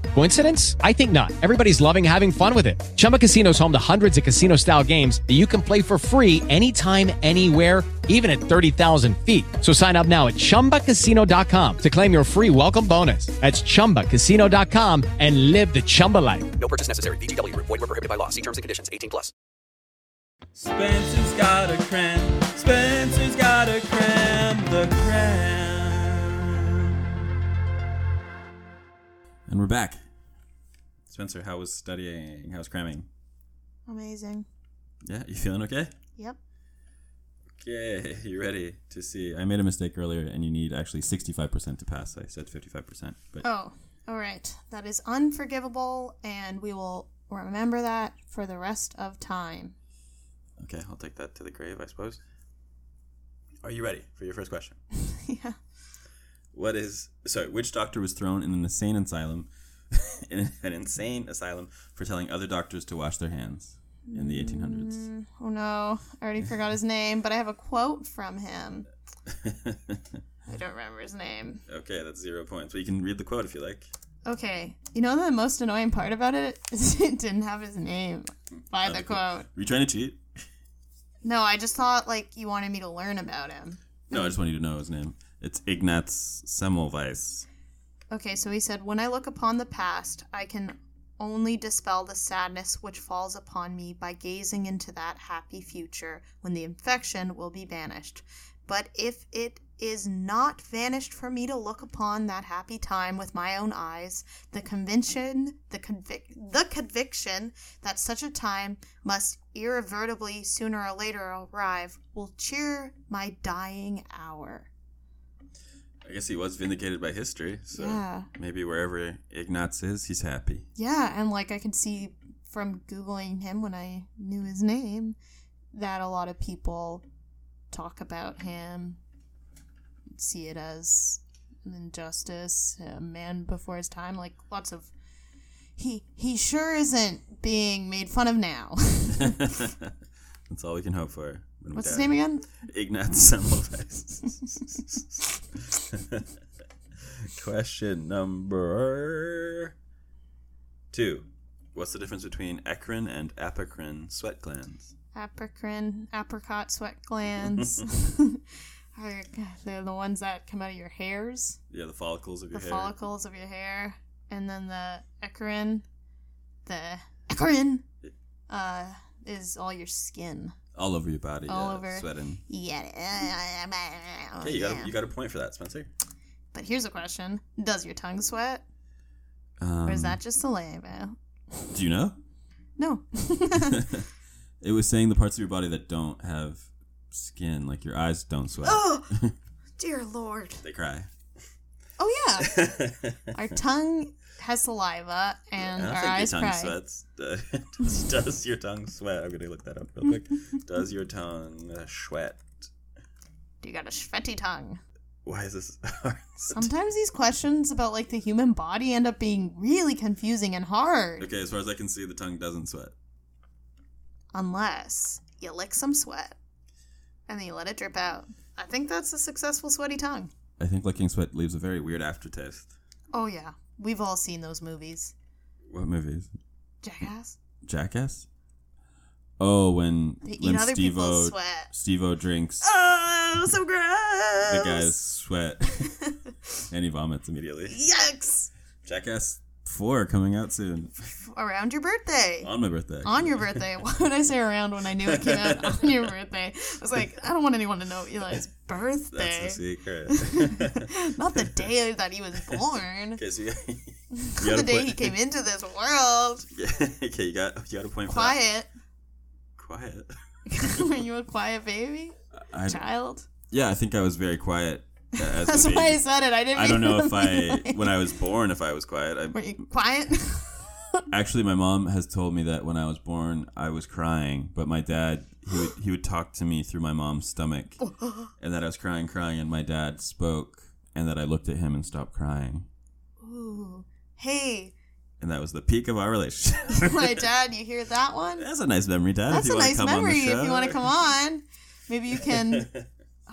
D: Coincidence? I think not. Everybody's loving having fun with it. Chumba Casino is home to hundreds of casino style games that you can play for free anytime, anywhere, even at 30,000 feet. So sign up now at chumbacasino.com to claim your free welcome bonus. That's chumbacasino.com and live the Chumba life.
E: No purchase necessary. VGW Group. Void were prohibited by law. See terms and conditions. 18 plus.
B: Spencer's got a cram. Spencer's got a cram. The cram. And we're back. Spencer, how was studying? How was cramming?
A: Amazing.
B: Yeah, you feeling okay?
A: Yep.
B: Okay, you ready to see? I made a mistake earlier, and you need actually 65% to pass. I said 55%, but
A: Oh, all right. That is unforgivable, and we will remember that for the rest of time.
B: Okay, I'll take that to the grave, I suppose. Are you ready for your first question?
A: yeah.
B: What is sorry? Which doctor was thrown in an insane asylum, in an insane asylum for telling other doctors to wash their hands? in the 1800s.
A: Oh no, I already forgot his name, but I have a quote from him. I don't remember his name.
B: Okay, that's zero points. But you can read the quote if you like.
A: Okay, you know the most annoying part about it is it didn't have his name by the quote.
B: Were you trying to cheat?
A: No, I just thought like you wanted me to learn about him.
B: No, I just want you to know his name. It's Ignatz Semmelweis.
A: Okay, so he said, When I look upon the past, I can only dispel the sadness which falls upon me by gazing into that happy future when the infection will be banished. But if it is not vanished for me to look upon that happy time with my own eyes, the conviction, the convic, the conviction that such a time must irrevertibly sooner or later arrive will cheer my dying hour.
B: I guess he was vindicated by history, so
A: Yeah.
B: maybe wherever Ignatz is, he's happy.
A: Yeah, and like I could see from googling him when I knew his name that a lot of people talk about him, see it as an injustice, a man before his time, like lots of he he sure isn't being made fun of now.
B: that's all we can hope for. when we
A: What's his
B: die.
A: name again?
B: Ignatz Semmelweis. Question number two. What's the difference between eccrine and apocrine sweat glands?
A: Apocrine, apricot sweat glands. Are- They're the ones that come out of your hairs.
B: Yeah, the follicles of your
A: the
B: hair.
A: follicles of your hair, and then the eccrine, the eccrine, uh, is all your skin.
B: All over your body.
A: All
B: yeah,
A: over. Oh,
B: Sweating.
A: Yeah.
B: Hey, you, got a, you got a point for that, Spencer.
A: But here's a question: Does your tongue sweat,
B: Um,
A: or is that just the labia?
B: Do you know?
A: No.
B: It was saying the parts of your body that don't have skin, like your eyes don't sweat.
A: Oh! Dear Lord.
B: They cry.
A: Oh yeah.
B: I don't
A: Our tongue has saliva, and our eyes
B: your tongue
A: cry.
B: sweats. does, does your tongue sweat? I'm gonna look that up real quick. does your tongue uh, sweat?
A: You got a sweaty tongue.
B: Why is this hard?
A: Sometimes these questions about like the human body end up being really confusing and hard.
B: okay, as far as I can see, the tongue doesn't sweat.
A: unless you lick some sweat and then you let it drip out. I think that's a successful sweaty tongue.
B: I think licking sweat leaves a very weird aftertaste.
A: Oh yeah, we've all seen those movies.
B: What movies?
A: Jackass.
B: Jackass. Oh, when
A: They eat
B: when
A: other people's
B: Steve-O,
A: sweat.
B: Steve-O drinks
A: Oh, so gross.
B: the guy's sweat, and he vomits immediately.
A: Yucks.
B: Jackass Four coming out soon
A: Around your birthday.
B: on my birthday.
A: On your birthday. Why would I say around when I knew it came out on your birthday? I was like, I don't want anyone to know Eli's
B: That's
A: birthday.
B: the secret.
A: Not the day that he was born.
B: okay, so you, you got
A: Not
B: a
A: the day
B: point.
A: he came into this world.
B: okay, you got you got a point.
A: Quiet.
B: For that. Quiet.
A: Were you a quiet baby?
B: I-
A: Child?
B: Yeah, I think I was very quiet. uh, As
A: That's
B: a
A: why I
B: baby.
A: said it. I didn't.
B: I don't know
A: mean
B: if
A: to
B: I,
A: be like-
B: when I was born, if I was quiet.
A: Were
B: I,
A: you quiet?
B: actually, my mom has told me that when I was born, I was crying, but my dad he would he would talk to me through my mom's stomach, and that I was crying, crying, and my dad spoke, and that I looked at him and stopped crying,
A: Ooh. Hey,
B: and that was the peak of our relationship.
A: my dad, you hear that one?
B: That's a nice memory, Dad.
A: That's
B: if you
A: a
B: wanna
A: nice
B: come on the
A: memory if you
B: show.
A: want to come on. Maybe you can.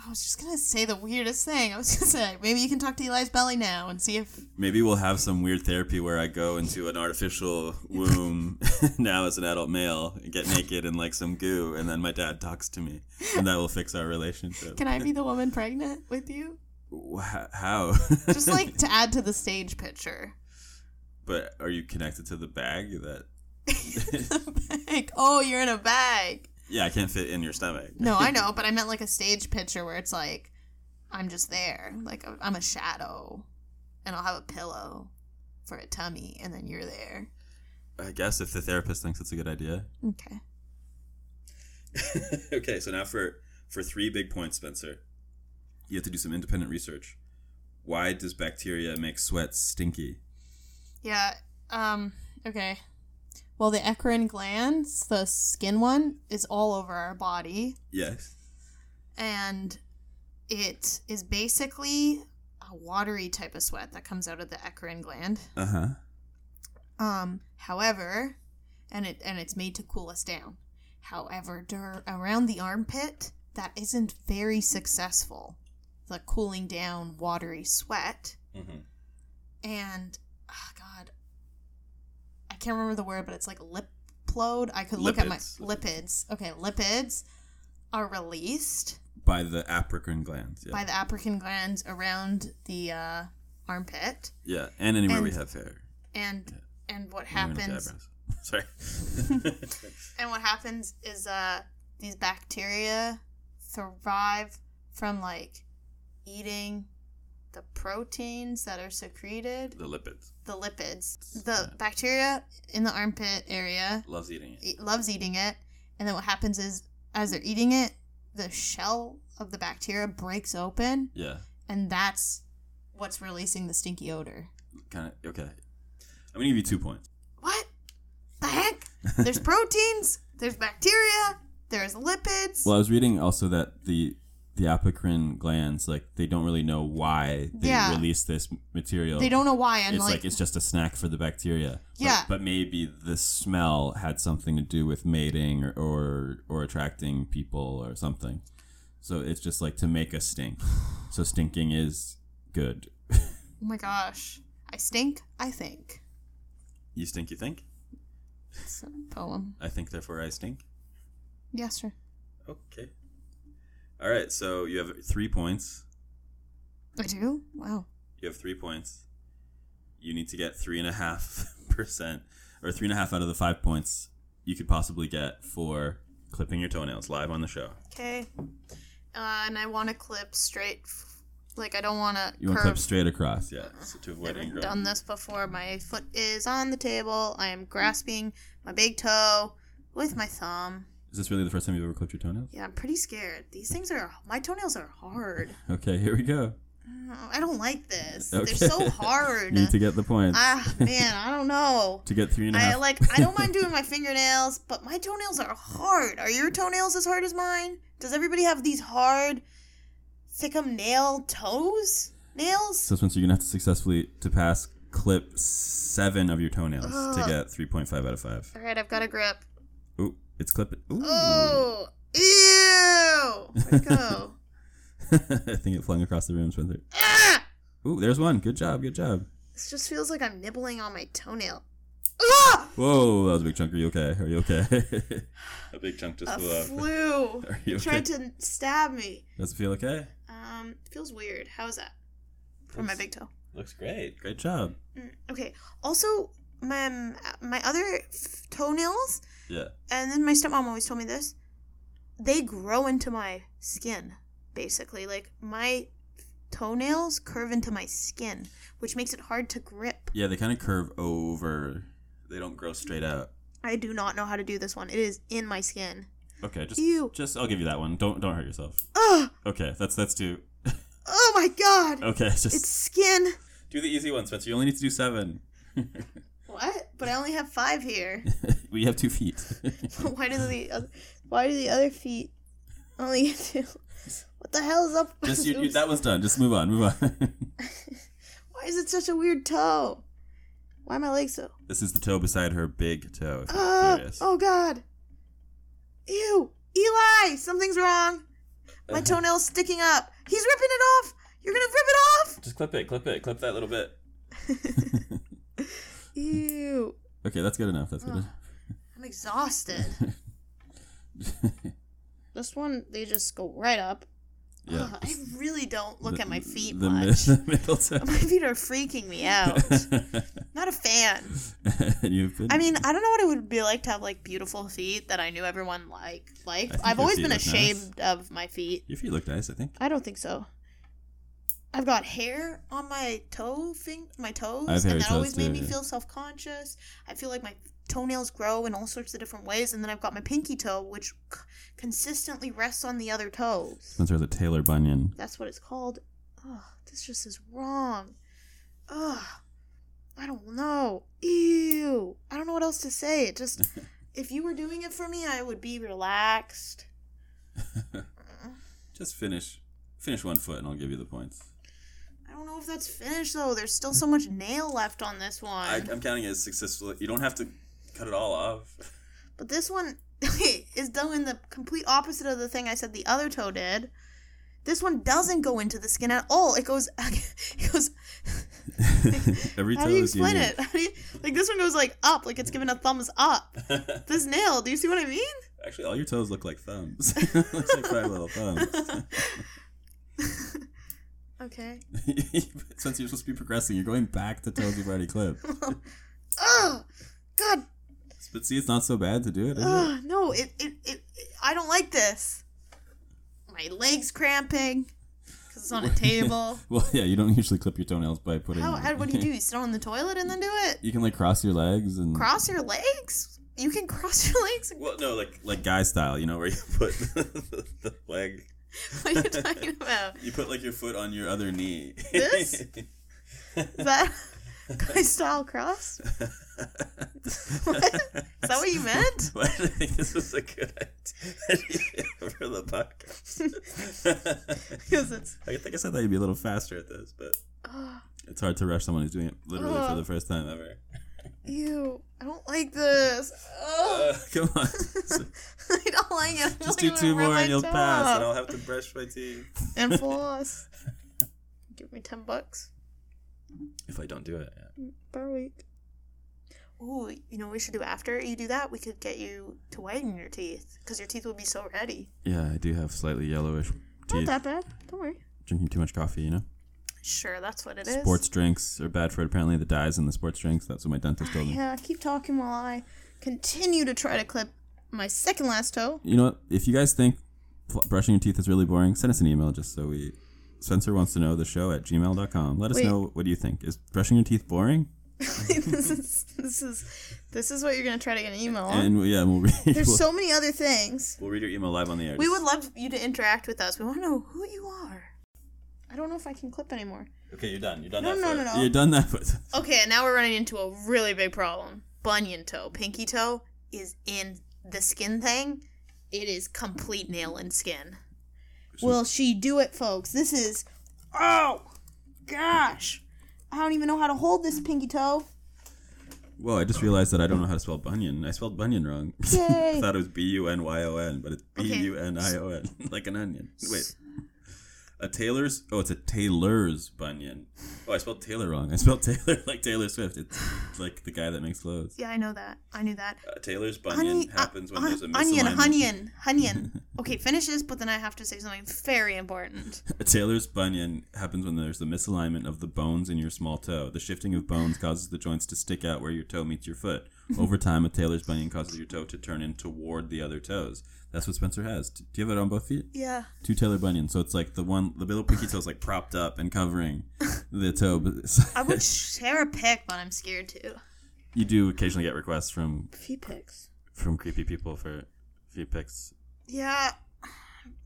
A: I was just going to say the weirdest thing. I was going to say, maybe you can talk to Eli's belly now and see if.
B: Maybe we'll have some weird therapy where I go into an artificial womb now as an adult male and get naked and like some goo, and then my dad talks to me, and that will fix our relationship.
A: Can I be the woman pregnant with you?
B: Wh- How?
A: Just like to add to the stage picture.
B: but are you connected to the bag that?
A: like, oh, you're in a bag.
B: Yeah, I can't fit in your stomach.
A: No, I know, but I meant like a stage picture where it's like, I'm just there. Like, I'm a shadow, and I'll have a pillow for a tummy, and then you're there.
B: I guess if the therapist thinks it's a good idea.
A: Okay.
B: okay, so now for for three big points, Spencer, you have to do some independent research. Why does bacteria make sweat stinky?
A: Yeah. Um, okay. Well, the eccrine glands, the skin one, is all over our body,
B: Yes.
A: and it is basically a watery type of
B: Uh-huh.
A: sweat that comes out of the eccrine gland.
B: Uh huh.
A: Um, however, and it and it's made to cool us down. However, dur- around the armpit, that isn't very successful. The cooling down watery sweat.
B: Mm-hmm.
A: And oh god. I can't remember the word, but it's like liplode. I could look at my
B: Lipids.
A: lipids. Okay, lipids are released
B: by the apocrine glands. Yeah,
A: by the apocrine glands around the uh, armpit
B: yeah, and anywhere we
A: And-
B: have hair.
A: and and what
B: Even if the
A: happens
B: eyebrows. Sorry.
A: and what happens is uh these bacteria thrive from like eating the proteins that are secreted
B: the lipids
A: the lipids the bacteria in the armpit area
B: loves eating it.
A: it loves eating it and then what happens is as they're eating it the shell of the bacteria breaks open
B: Yeah,
A: and that's what's releasing the stinky odor
B: kind of okay. I'm gonna give you two points.
A: what the heck? There's proteins, there's bacteria, there's lipids.
B: Well, I was reading also that the the apocrine glands, like they don't really know why they
A: Yeah.
B: release this m- material.
A: They don't know why. And
B: It's like,
A: like,
B: it's just a snack for the bacteria. But-
A: Yeah.
B: But, maybe the smell had something to do with mating or, or or attracting people or something. So it's just like to make us stink. So stinking is good.
A: oh my gosh, I stink. I think.
B: You stink, you think?
A: It's a poem.
B: I think, therefore I stink.
A: Yes, sir.
B: Okay. All right. So you have three points.
A: I do. Wow.
B: You have three points. You need to get three and a half percent or three and a half out of the five points you could possibly get for clipping your toenails live on the show.
A: Okay. Uh, and I want to clip straight. F- like I don't want to
B: You want to
A: curve.
B: clip straight across, yeah, so to avoid
A: I've
B: ingrown.
A: done this before. My foot is on the table. I am grasping my big toe with my thumb.
B: Is this really the first time you've ever clipped your toenails?
A: Yeah, I'm pretty scared. These things are my toenails are hard.
B: Okay, here we go.
A: Oh, I don't like this.
B: Okay.
A: They're so
B: You
A: hard.
B: need to get the points
A: ah, man, I don't know.
B: to get three and a half.
A: I like. I don't mind doing my fingernails, but my toenails are hard. Are your toenails as hard as mine? Does everybody have these hard, thickum nail toes? Nails?
B: So Spencer, you're gonna have to successfully to pass clip seven of your toenails to get three point five out of five.
A: All right, I've got a grip.
B: Ooh, it's clip. Ooh,
A: Oh, ew! Let's go.
B: I think it flung across the room, Spencer.
A: Ah!
B: Ooh, there's one. Good job. Good job.
A: this just feels like I'm nibbling on my toenail. Ah!
B: Whoa, that was a big chunk. Are you okay? Are you okay? a big chunk just
A: A
B: flew out.
A: flu.
B: Are you
A: It tried
B: okay?
A: to stab me.
B: Does it feel okay?
A: Um, feels weird. How is that? For my big toe.
B: Looks great. Great job.
A: Okay. Also, my um, my other f- toenails,
B: Yeah.
A: and then my stepmom always told me this. They grow into my skin, basically. Like my toenails curve into my skin, which makes it hard to grip.
B: Yeah, they kind of curve over. They don't grow straight out.
A: I do not know how to do this one. It is in my skin.
B: Okay, just
A: Ew.
B: just I'll give you that one. Don't don't hurt yourself.
A: Oh,
B: Okay, that's that's two.
A: oh my god!
B: Okay, just
A: It's skin.
B: do the easy one, Spencer. You only need to do seven.
A: What? But I only have five here.
B: we have two feet.
A: why do the other, why do the other feet only get two? What the hell is up?
B: just you, you,
A: Oops.
B: that one's done. Just move on. Move on.
A: Why is it such a weird toe? Why are my legs so?
B: this is the toe beside her big toe. If you're
A: Ah!
B: curious.
A: oh God! Ew! Eli, something's wrong. My toenail's sticking up. He's ripping it off. You're gonna rip it off.
B: Just clip it. Clip it. Clip that little bit.
A: Ew!
B: Okay, that's good enough. That's
A: Oh,
B: good. enough.
A: I'm exhausted. this one, they just go right up.
B: Yeah.
A: Ugh, I really don't look at my feet
B: the,
A: much.
B: mid- the middle toe.
A: my feet are freaking me out. Not a fan.
B: and you've been.
A: I mean, I don't know what it would be like to have like beautiful feet that I knew everyone like liked.
B: think
A: I've
B: your
A: always
B: feet
A: been
B: look nice.
A: ashamed of my feet.
B: your feet look nice. I think.
A: I don't think so. I've got hair on my toe thing, my toes,
B: I have hairy
A: and that
B: toes
A: always made
B: too,
A: me
B: yeah.
A: feel self-conscious. I feel like my toenails grow in all sorts of different ways, and then I've got my pinky toe, which c- consistently rests on the other toes.
B: Spencer has a Taylor Bunyan.
A: That's what it's called. Ugh, this just is wrong. Ugh, I don't know. Ew, I don't know what else to say. It just, if you were doing it for me, I would be relaxed.
B: Just finish, finish one foot, and I'll give you the points.
A: I don't know if that's finished though. There's still so much nail left on this one.
B: I, I'm counting it as successful. You don't have to cut it all off.
A: But this one is doing the complete opposite of the thing I said the other toe did. This one doesn't go into the skin at all. It goes, it goes.
B: Every
A: How
B: toe
A: do you
B: is
A: explain
B: unique.
A: it? How do you, like this one goes like up, like it's giving a thumbs up. this nail. Do you see what I mean?
B: Actually, all your toes look like thumbs. Looks like five little thumbs.
A: Okay.
B: Since you're supposed to be progressing, you're going back to toes you've already clipped.
A: Oh, God.
B: But see, it's not so bad to do it, is it?
A: Ugh, no, it, it, it, it- I don't like this. My legs cramping because it's on a table.
B: Well, yeah, you don't usually clip your toenails by putting.
A: How? How? What do you do? You sit on the toilet and then do it?
B: You can like cross your legs and.
A: Cross your legs? You can cross your legs.
B: well, no, like like guy style, you know, where you put the, the leg,
A: What are you talking about?
B: you put like your foot on your other knee.
A: This? Is that guy style cross? what? Is that what you meant?
B: Why did I think this was a good idea for the podcast?
A: Because it's
B: I think I said that you'd be a little faster at this, but it's hard to rush someone who's doing it literally for the first time ever.
A: ew. I don't like this. Ugh,
B: Uh, Come on,
A: I don't like it. I don't
B: just do
A: even
B: two
A: wear
B: more
A: my
B: and you'll pass, and
A: top.
B: I'll have to brush my teeth
A: And floss. Give me ten bucks
B: if I don't do it. Yeah.
A: per week. Ooh, you know what we should do after you do that? We could get you to whiten your teeth because your teeth would be so ready.
B: Yeah, I do have slightly yellowish teeth.
A: Not that bad. Don't worry.
B: Drinking too much coffee, you know.
A: Sure, that's what it is.
B: Sports drinks are bad for it. Apparently, the dyes in the sports drinks. That's what my dentist told me.
A: Yeah, keep talking while I continue to try to clip my second last toe.
B: You know what? If you guys think fl- brushing your teeth is really boring, send us an email just so we. Spencer wants to know the show at gmail.com. Let us
A: Wait.
B: know what do you think. Is brushing your teeth boring?
A: this is this is this is what you're gonna try to get an email on.
B: And yeah, we'll read, we'll,
A: There's so many other things.
B: we'll read your email live on the air.
A: We would love you to interact with us. We want to know who you are. I don't know if I can clip anymore.
B: Okay, you're done. You're done
A: No,
B: that
A: no,
B: foot.
A: no, no.
B: You're done that foot.
A: Okay, and now we're running into a really big problem. Bunion toe, pinky toe is in the skin thing. It is complete nail and skin. Will she do it, folks? This is oh gosh, I don't even know how to hold this pinky toe.
B: Whoa, I just realized that I don't know how to spell bunion. I spelled bunion wrong. I
A: Yay.
B: thought it was B U N Y O N, but it's B
A: Okay.
B: U N I O N, like an onion. Wait. A tailor's. Oh, it's a tailor's bunion. Oh, I spelled Taylor wrong. I spelled Taylor like Taylor Swift. It's like the guy that makes clothes.
A: Yeah, I know that. I knew that.
B: A tailor's bunion
A: Honey-
B: happens when
A: uh,
B: there's a
A: onion,
B: misalignment.
A: onion, onion. okay, finish this, but then I have to say something very important.
B: A Taylor's bunion happens when there's the misalignment of the bones in your small toe. The shifting of bones causes the joints to stick out where your toe meets your foot. Over time, a Taylor's bunion causes your toe to turn in toward the other toes. That's what Spencer has. Do you have it on both feet?
A: Yeah.
B: Two Taylor bunions. So it's like the one, the little pinky toe is like propped up and covering the toe. But it's-
A: I would share a pic, but I'm scared to.
B: you do occasionally get requests from
A: Few pics.
B: from creepy people for feet pics.
A: Yeah.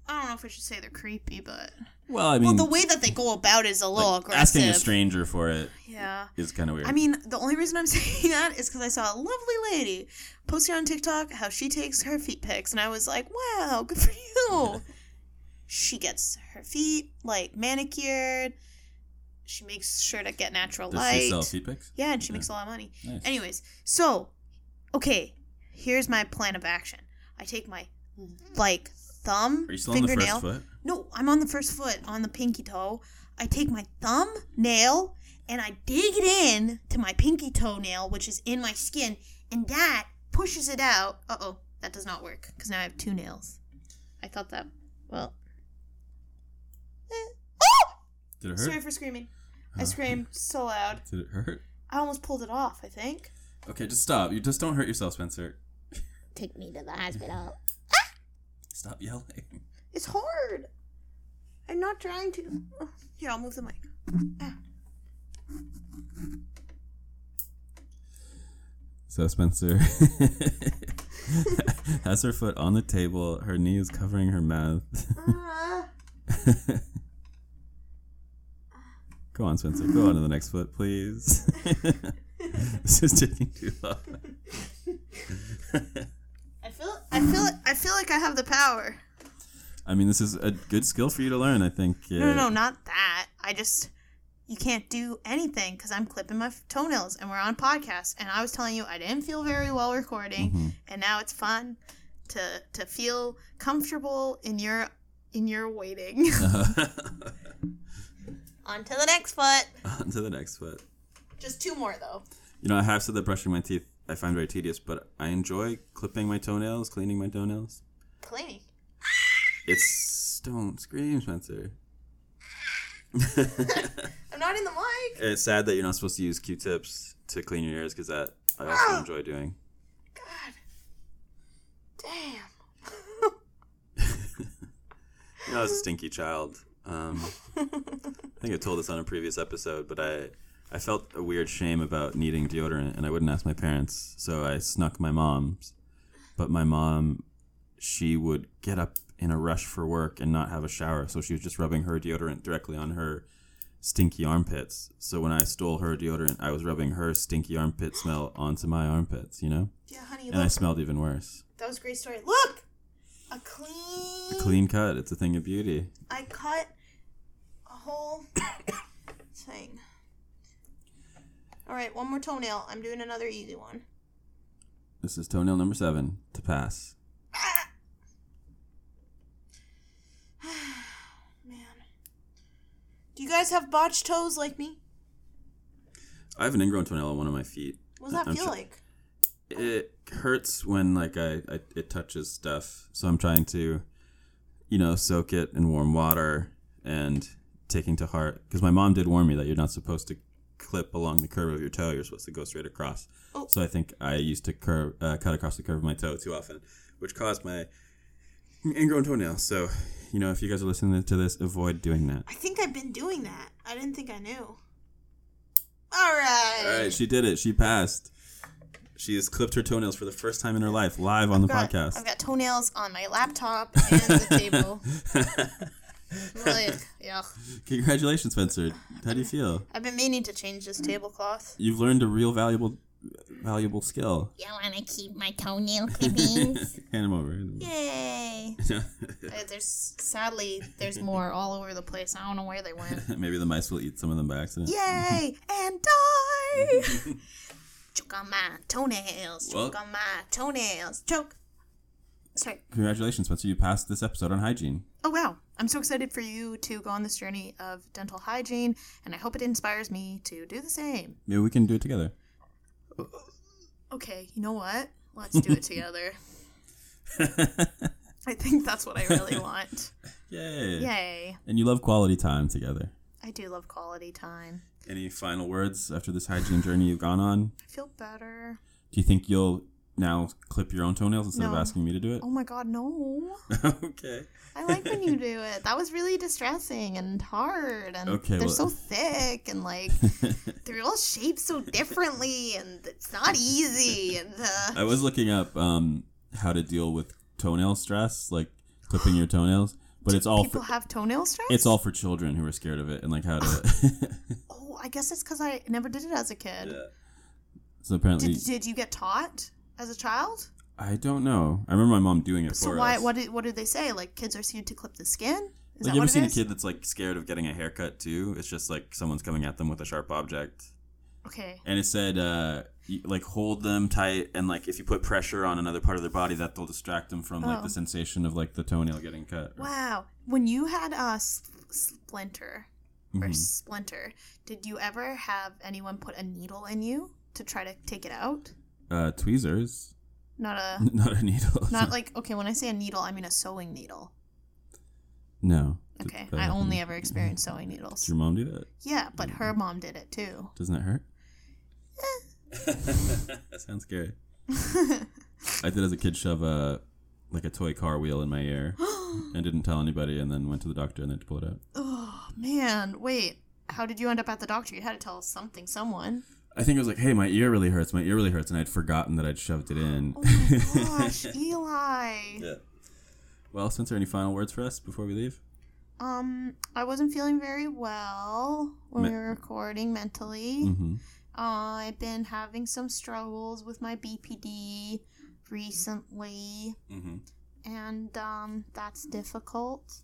A: I don't know if I should say they're creepy, but
B: Well, I
A: well,
B: mean,
A: the way that they go about is a
B: like,
A: little aggressive.
B: asking a stranger for it
A: yeah.
B: is kind of weird.
A: I mean, the only reason I'm saying that is because I saw a lovely lady posting on TikTok how she takes her feet pics, and I was like, wow, good for you. she gets her feet like manicured. She makes sure to get natural
B: does
A: light.
B: she sell feet pics?
A: Yeah, and she makes a lot of money.
B: Nice.
A: Anyways, so okay, here's my plan of action. I take my like thumb
B: Are you still on the first
A: fingernail.
B: foot?
A: No, I'm on the first foot on the pinky toe. I take my thumb nail and I dig it in to my pinky toe nail, which is in my skin, and that pushes it out. Uh oh, that does not work because now I have two nails. I thought that. Well. Eh. Oh!
B: Did it hurt?
A: Sorry for screaming. I screamed so loud.
B: Did it hurt?
A: I almost pulled it off, I think.
B: Okay, just stop. You just don't hurt yourself, Spencer.
F: Take me to the hospital.
B: Stop yelling.
A: It's hard. I'm not trying to. Oh, here, I'll move the mic.
B: So Spencer has her foot on the table. Her knee is covering her mouth. go on, Spencer. Go on to the next foot, please. this is taking too long.
A: I feel. I feel. I feel like I have the power.
B: I mean, this is a good skill for you to learn. I think.
A: No, no, no, not that. I just. you can't do anything because I'm clipping my f- toenails and we're on podcast. And I was telling you I didn't feel very well recording,
B: Mm-hmm.
A: and now it's fun to to feel comfortable in your in your waiting. on to the next foot.
B: On to the next foot.
A: Just two more though.
B: You know, I have said that brushing my teeth I find very tedious, but I enjoy clipping my toenails, cleaning my toenails.
A: Cleaning.
B: It's don't scream, Spencer.
A: I'm not in the mic.
B: It's sad that you're not supposed to use Q-tips to clean your ears because that I also enjoy doing.
A: Damn.
B: You know, I was a stinky child. Um, I think I told this on a previous episode, but I I felt a weird shame about needing deodorant, and I wouldn't ask my parents, so I snuck my mom's. But my mom, she would get up in a rush for work and not have a shower, so she was just rubbing her deodorant directly on her stinky armpits. So when I stole her deodorant, I was rubbing her stinky armpit smell onto my armpits, you know,
A: Yeah, honey,
B: and I
A: look.
B: smelled even worse.
A: that was a great story. Look! A clean.
B: A clean cut, it's a thing of beauty.
A: I cut a whole thing. All right, one more toenail. I'm doing another easy one.
B: This is toenail number seven to pass.
A: Man. Do you guys have botched toes like me?
B: I have an ingrown toenail on one of my feet.
A: What does that
B: I'm
A: feel
B: sure-
A: like?
B: It hurts when like I, I it touches stuff, so I'm trying to, you know, soak it in warm water and taking to heart because my mom did warn me that you're not supposed to clip along the curve of your toe. You're supposed to go straight across.
A: Oh.
B: So I think I used to curve uh, cut across the curve of my toe too often, which caused my ingrown toenail. So, you know, if you guys are listening to this, avoid doing that.
A: I think I've been doing that. I didn't think I knew. All right.
B: All right, she did it. She passed. She has clipped her toenails for the first time in her life, live on the
A: I've got-
B: podcast.
A: I've got toenails on my laptop and the table. like, yeah.
B: Congratulations, Spencer. How do you feel?
A: I've been meaning to change this tablecloth.
B: You've learned a real valuable, valuable skill.
F: You want to keep my toenail clippings?
B: Hand him over. hand
A: Yay.
B: him
A: Uh, there's sadly there's more all over the place. I don't know where they went.
B: over. Maybe the mice will eat some of them by accident.
A: Yay! and die. choke on my toenails. Choke
B: Well-
A: on my toenails. Choke. Sorry.
B: Congratulations, Spencer. You passed this episode on hygiene.
A: Oh wow! I'm so excited for you to go on this journey of dental hygiene, and I hope it inspires me to do the same.
B: Maybe we can do it together.
A: Okay, you know what? Let's do it together. I think that's what I really want.
B: Yay.
A: Yay!
B: And you love quality time together.
A: I do love quality time.
B: Any final words after this hygiene journey you've gone on?
A: I feel better.
B: Do you think you'll now clip your own toenails instead of
A: No.
B: asking me to do it?
A: Oh my god, no!
B: okay.
A: I like when you do it. That was really distressing and hard, and
B: Okay,
A: they're
B: well-
A: so thick, and like they're all shaped so differently, and it's not easy. And uh,
B: I was looking up um, how to deal with toenail stress, like clipping your toenails, but it's all
A: people
B: for,
A: have toenail stress.
B: it's all for children who are scared of it and like how to.
A: Oh, I guess it's because I never did it as a kid.
B: so apparently,
A: Did, did you get taught as a child?
B: I don't know. I remember my mom doing it
A: So
B: for
A: why?
B: us.
A: What did what did they say? Like kids are sued to clip the skin. Is
B: like
A: that
B: you ever
A: what it
B: seen a
A: is?
B: kid that's like scared of getting a haircut too? It's just like someone's coming at them with a sharp object,
A: Okay.
B: and it said uh, you, like hold them tight, and like if you put pressure on another part of their body, that will distract them from like the
A: Oh.
B: sensation of like the toenail getting cut.
A: Wow. When you had a s- splinter or
B: Mhm.
A: splinter, did you ever have anyone put a needle in you to try to take it out?
B: Uh, tweezers,
A: Not a
B: not a needle.
A: not like okay, when I say a needle, I mean a sewing needle.
B: no. Did
A: Okay.
B: that
A: I
B: happen? Mm-hmm.
A: only ever experienced sewing
B: Did Mm-hmm.
A: needles.
B: your mom do that?
A: Yeah, but her mom did it too.
B: Doesn't that hurt? that sounds scary. I did as a kid shove a like a toy car wheel in my ear and didn't tell anybody and then went to the doctor and they had to pull it out.
A: Oh man, wait. How did you end up at the doctor? You had to tell something, someone.
B: I think it was like, hey, my ear really hurts, my ear really hurts, and I'd forgotten that I'd shoved it in.
A: Gosh, Eli.
B: well, Spencer, any final words for us before we leave?
A: Um, I wasn't feeling very well when
B: Me-
A: we were recording mentally.
B: Mm-hmm.
A: Uh, I've been having some struggles with my BPD recently,
B: Mm-hmm.
A: and um, that's difficult.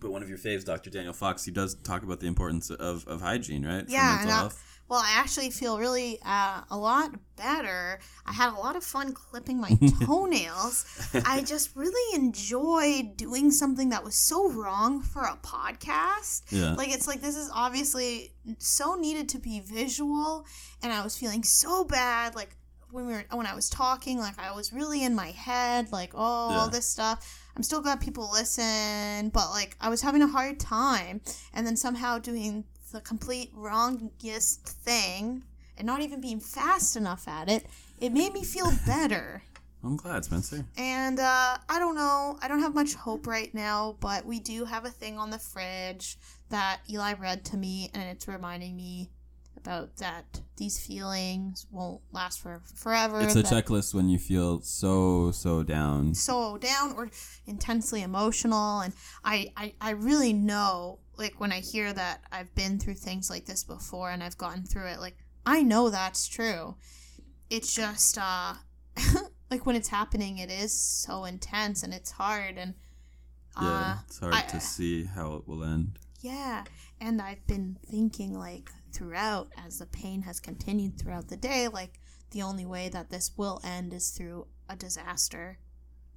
B: But one of your faves, Dr. Daniel Fox, he does talk about the importance of, of hygiene, right? for
A: Yeah,
B: mental
A: and I,
B: health.
A: well, I actually feel really uh, a lot better. I had a lot of fun clipping my toenails. I just really enjoyed doing something that was so wrong for a podcast.
B: Yeah.
A: Like it's like this is obviously so needed to be visual, and I was feeling so bad. Like when we were when I was talking, like I was really in my head, like oh all
B: Yeah.
A: this stuff. I'm still glad people listen, but like I was having a hard time, and then somehow doing the complete wrongest thing and not even being fast enough at it. It made me feel better.
B: I'm glad, Spencer.
A: And uh, I don't know. I don't have much hope right now, but we do have a thing on the fridge that Eli read to me, and it's reminding me about that these feelings won't last for forever.
B: It's the
A: that-
B: checklist when you feel so, so down.
A: so down or intensely emotional and I, I i really know like when i hear that i've been through things like this before and i've gotten through it like i know that's true it's just uh like when it's happening it is so intense and it's hard and
B: Yeah,
A: uh
B: it's hard
A: I-
B: to see how it will end.
A: yeah, and I've been thinking like throughout as the pain has continued throughout the day, like the only way that this will end is through a disaster.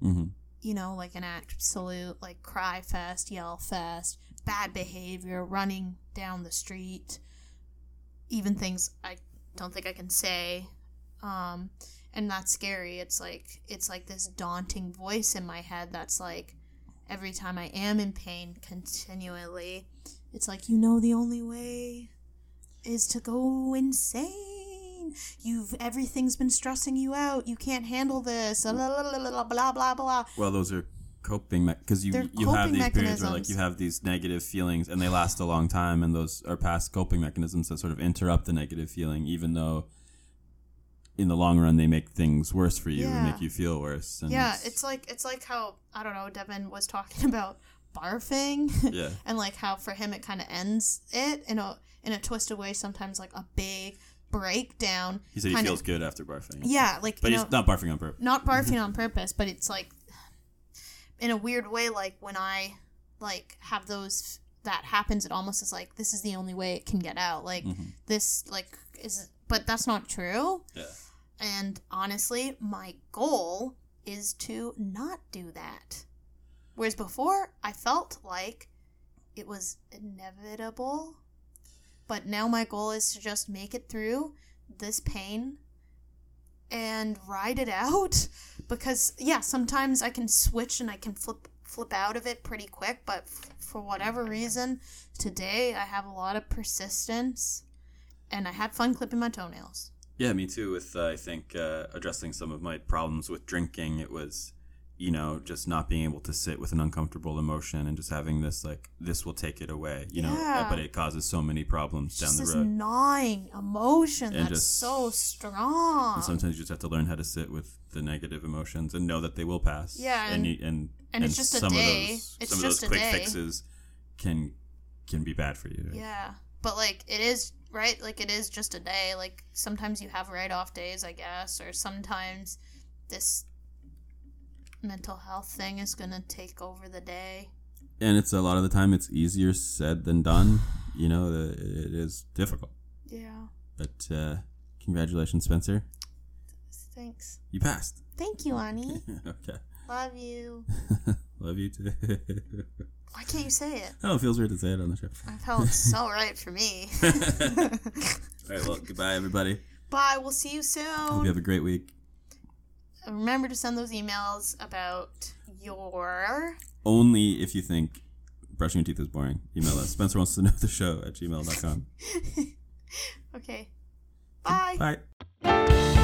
B: Mhm.
A: You know, like an absolute like cry fest, yell fest, bad behavior, running down the street, even things I don't think I can say. Um, and that's scary. It's like it's like this daunting voice in my head that's like every time I am in pain continually, it's like, you know, the only way is to go insane. You've everything's been stressing you out. You can't handle this. La, la, la, la, la, blah blah blah.
B: Well, those are coping because you
A: They're
B: you have
A: coping
B: these periods where like
A: mechanisms.
B: you have these negative feelings and they last a long time, and those are past coping mechanisms that sort of interrupt the negative feeling, even though in the long run they make things worse for you and
A: Yeah.
B: make you feel worse. And
A: Yeah, it's like it's like how I don't know. Devin was talking about barfing,
B: Yeah.
A: and like how for him it kind of ends it in a in a twisted way. Sometimes like a big breakdown.
B: he said he
A: kinda-
B: feels good after barfing.
A: Yeah, like
B: but
A: you
B: he's
A: know-
B: not barfing on purpose.
A: not barfing on purpose, but it's like in a weird way, like when I like have those that happens, it almost is like this is the only way it can get out. Like this, like is, but that's not true.
B: Yeah.
A: And honestly, my goal is to not do that. Whereas before, I felt like it was inevitable, but now my goal is to just make it through this pain and ride it out because yeah sometimes i can switch and i can flip flip out of it pretty quick but f- for whatever reason today i have a lot of persistence and i had fun clipping my toenails
B: Yeah, me too. With uh, I think uh, addressing some of my problems with drinking, it was, you know, just not being able to sit with an uncomfortable emotion and just having this like this will take it away, you know.
A: Yeah.
B: uh, But it causes so many problems
A: just
B: down
A: this
B: the road,
A: gnawing emotion
B: And
A: that's
B: just-
A: so strong
B: and sometimes you just have to learn how to sit with the negative emotions and know that they will pass.
A: Yeah,
B: and
A: and-
B: you, and,
A: and it's just a day. It's
B: some
A: just
B: of those
A: a
B: quick
A: day.
B: fixes can can be bad for you. right?
A: yeah but like it is right like it is just a day like sometimes you have write off days i guess or sometimes this mental health thing is gonna take over the day
B: and it's a lot of the time it's easier said than done. You know, the, it is difficult.
A: yeah
B: But uh, congratulations, Spencer.
A: thanks
B: You passed.
A: Thank you, Annie.
B: okay.
A: Love you.
B: Love you too.
A: Why can't you say it?
B: oh, it feels weird to say it on the show.
A: That felt so right for me.
B: All right, well, goodbye, everybody.
A: Bye. We'll see you
B: Hope you
A: soon.
B: have a great week.
A: Remember to send those emails about your.
B: Only if you think brushing your teeth is boring, email us. Spencer wants to know the show at gmail.com.
A: Okay. Bye.
B: Bye.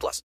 E: plus.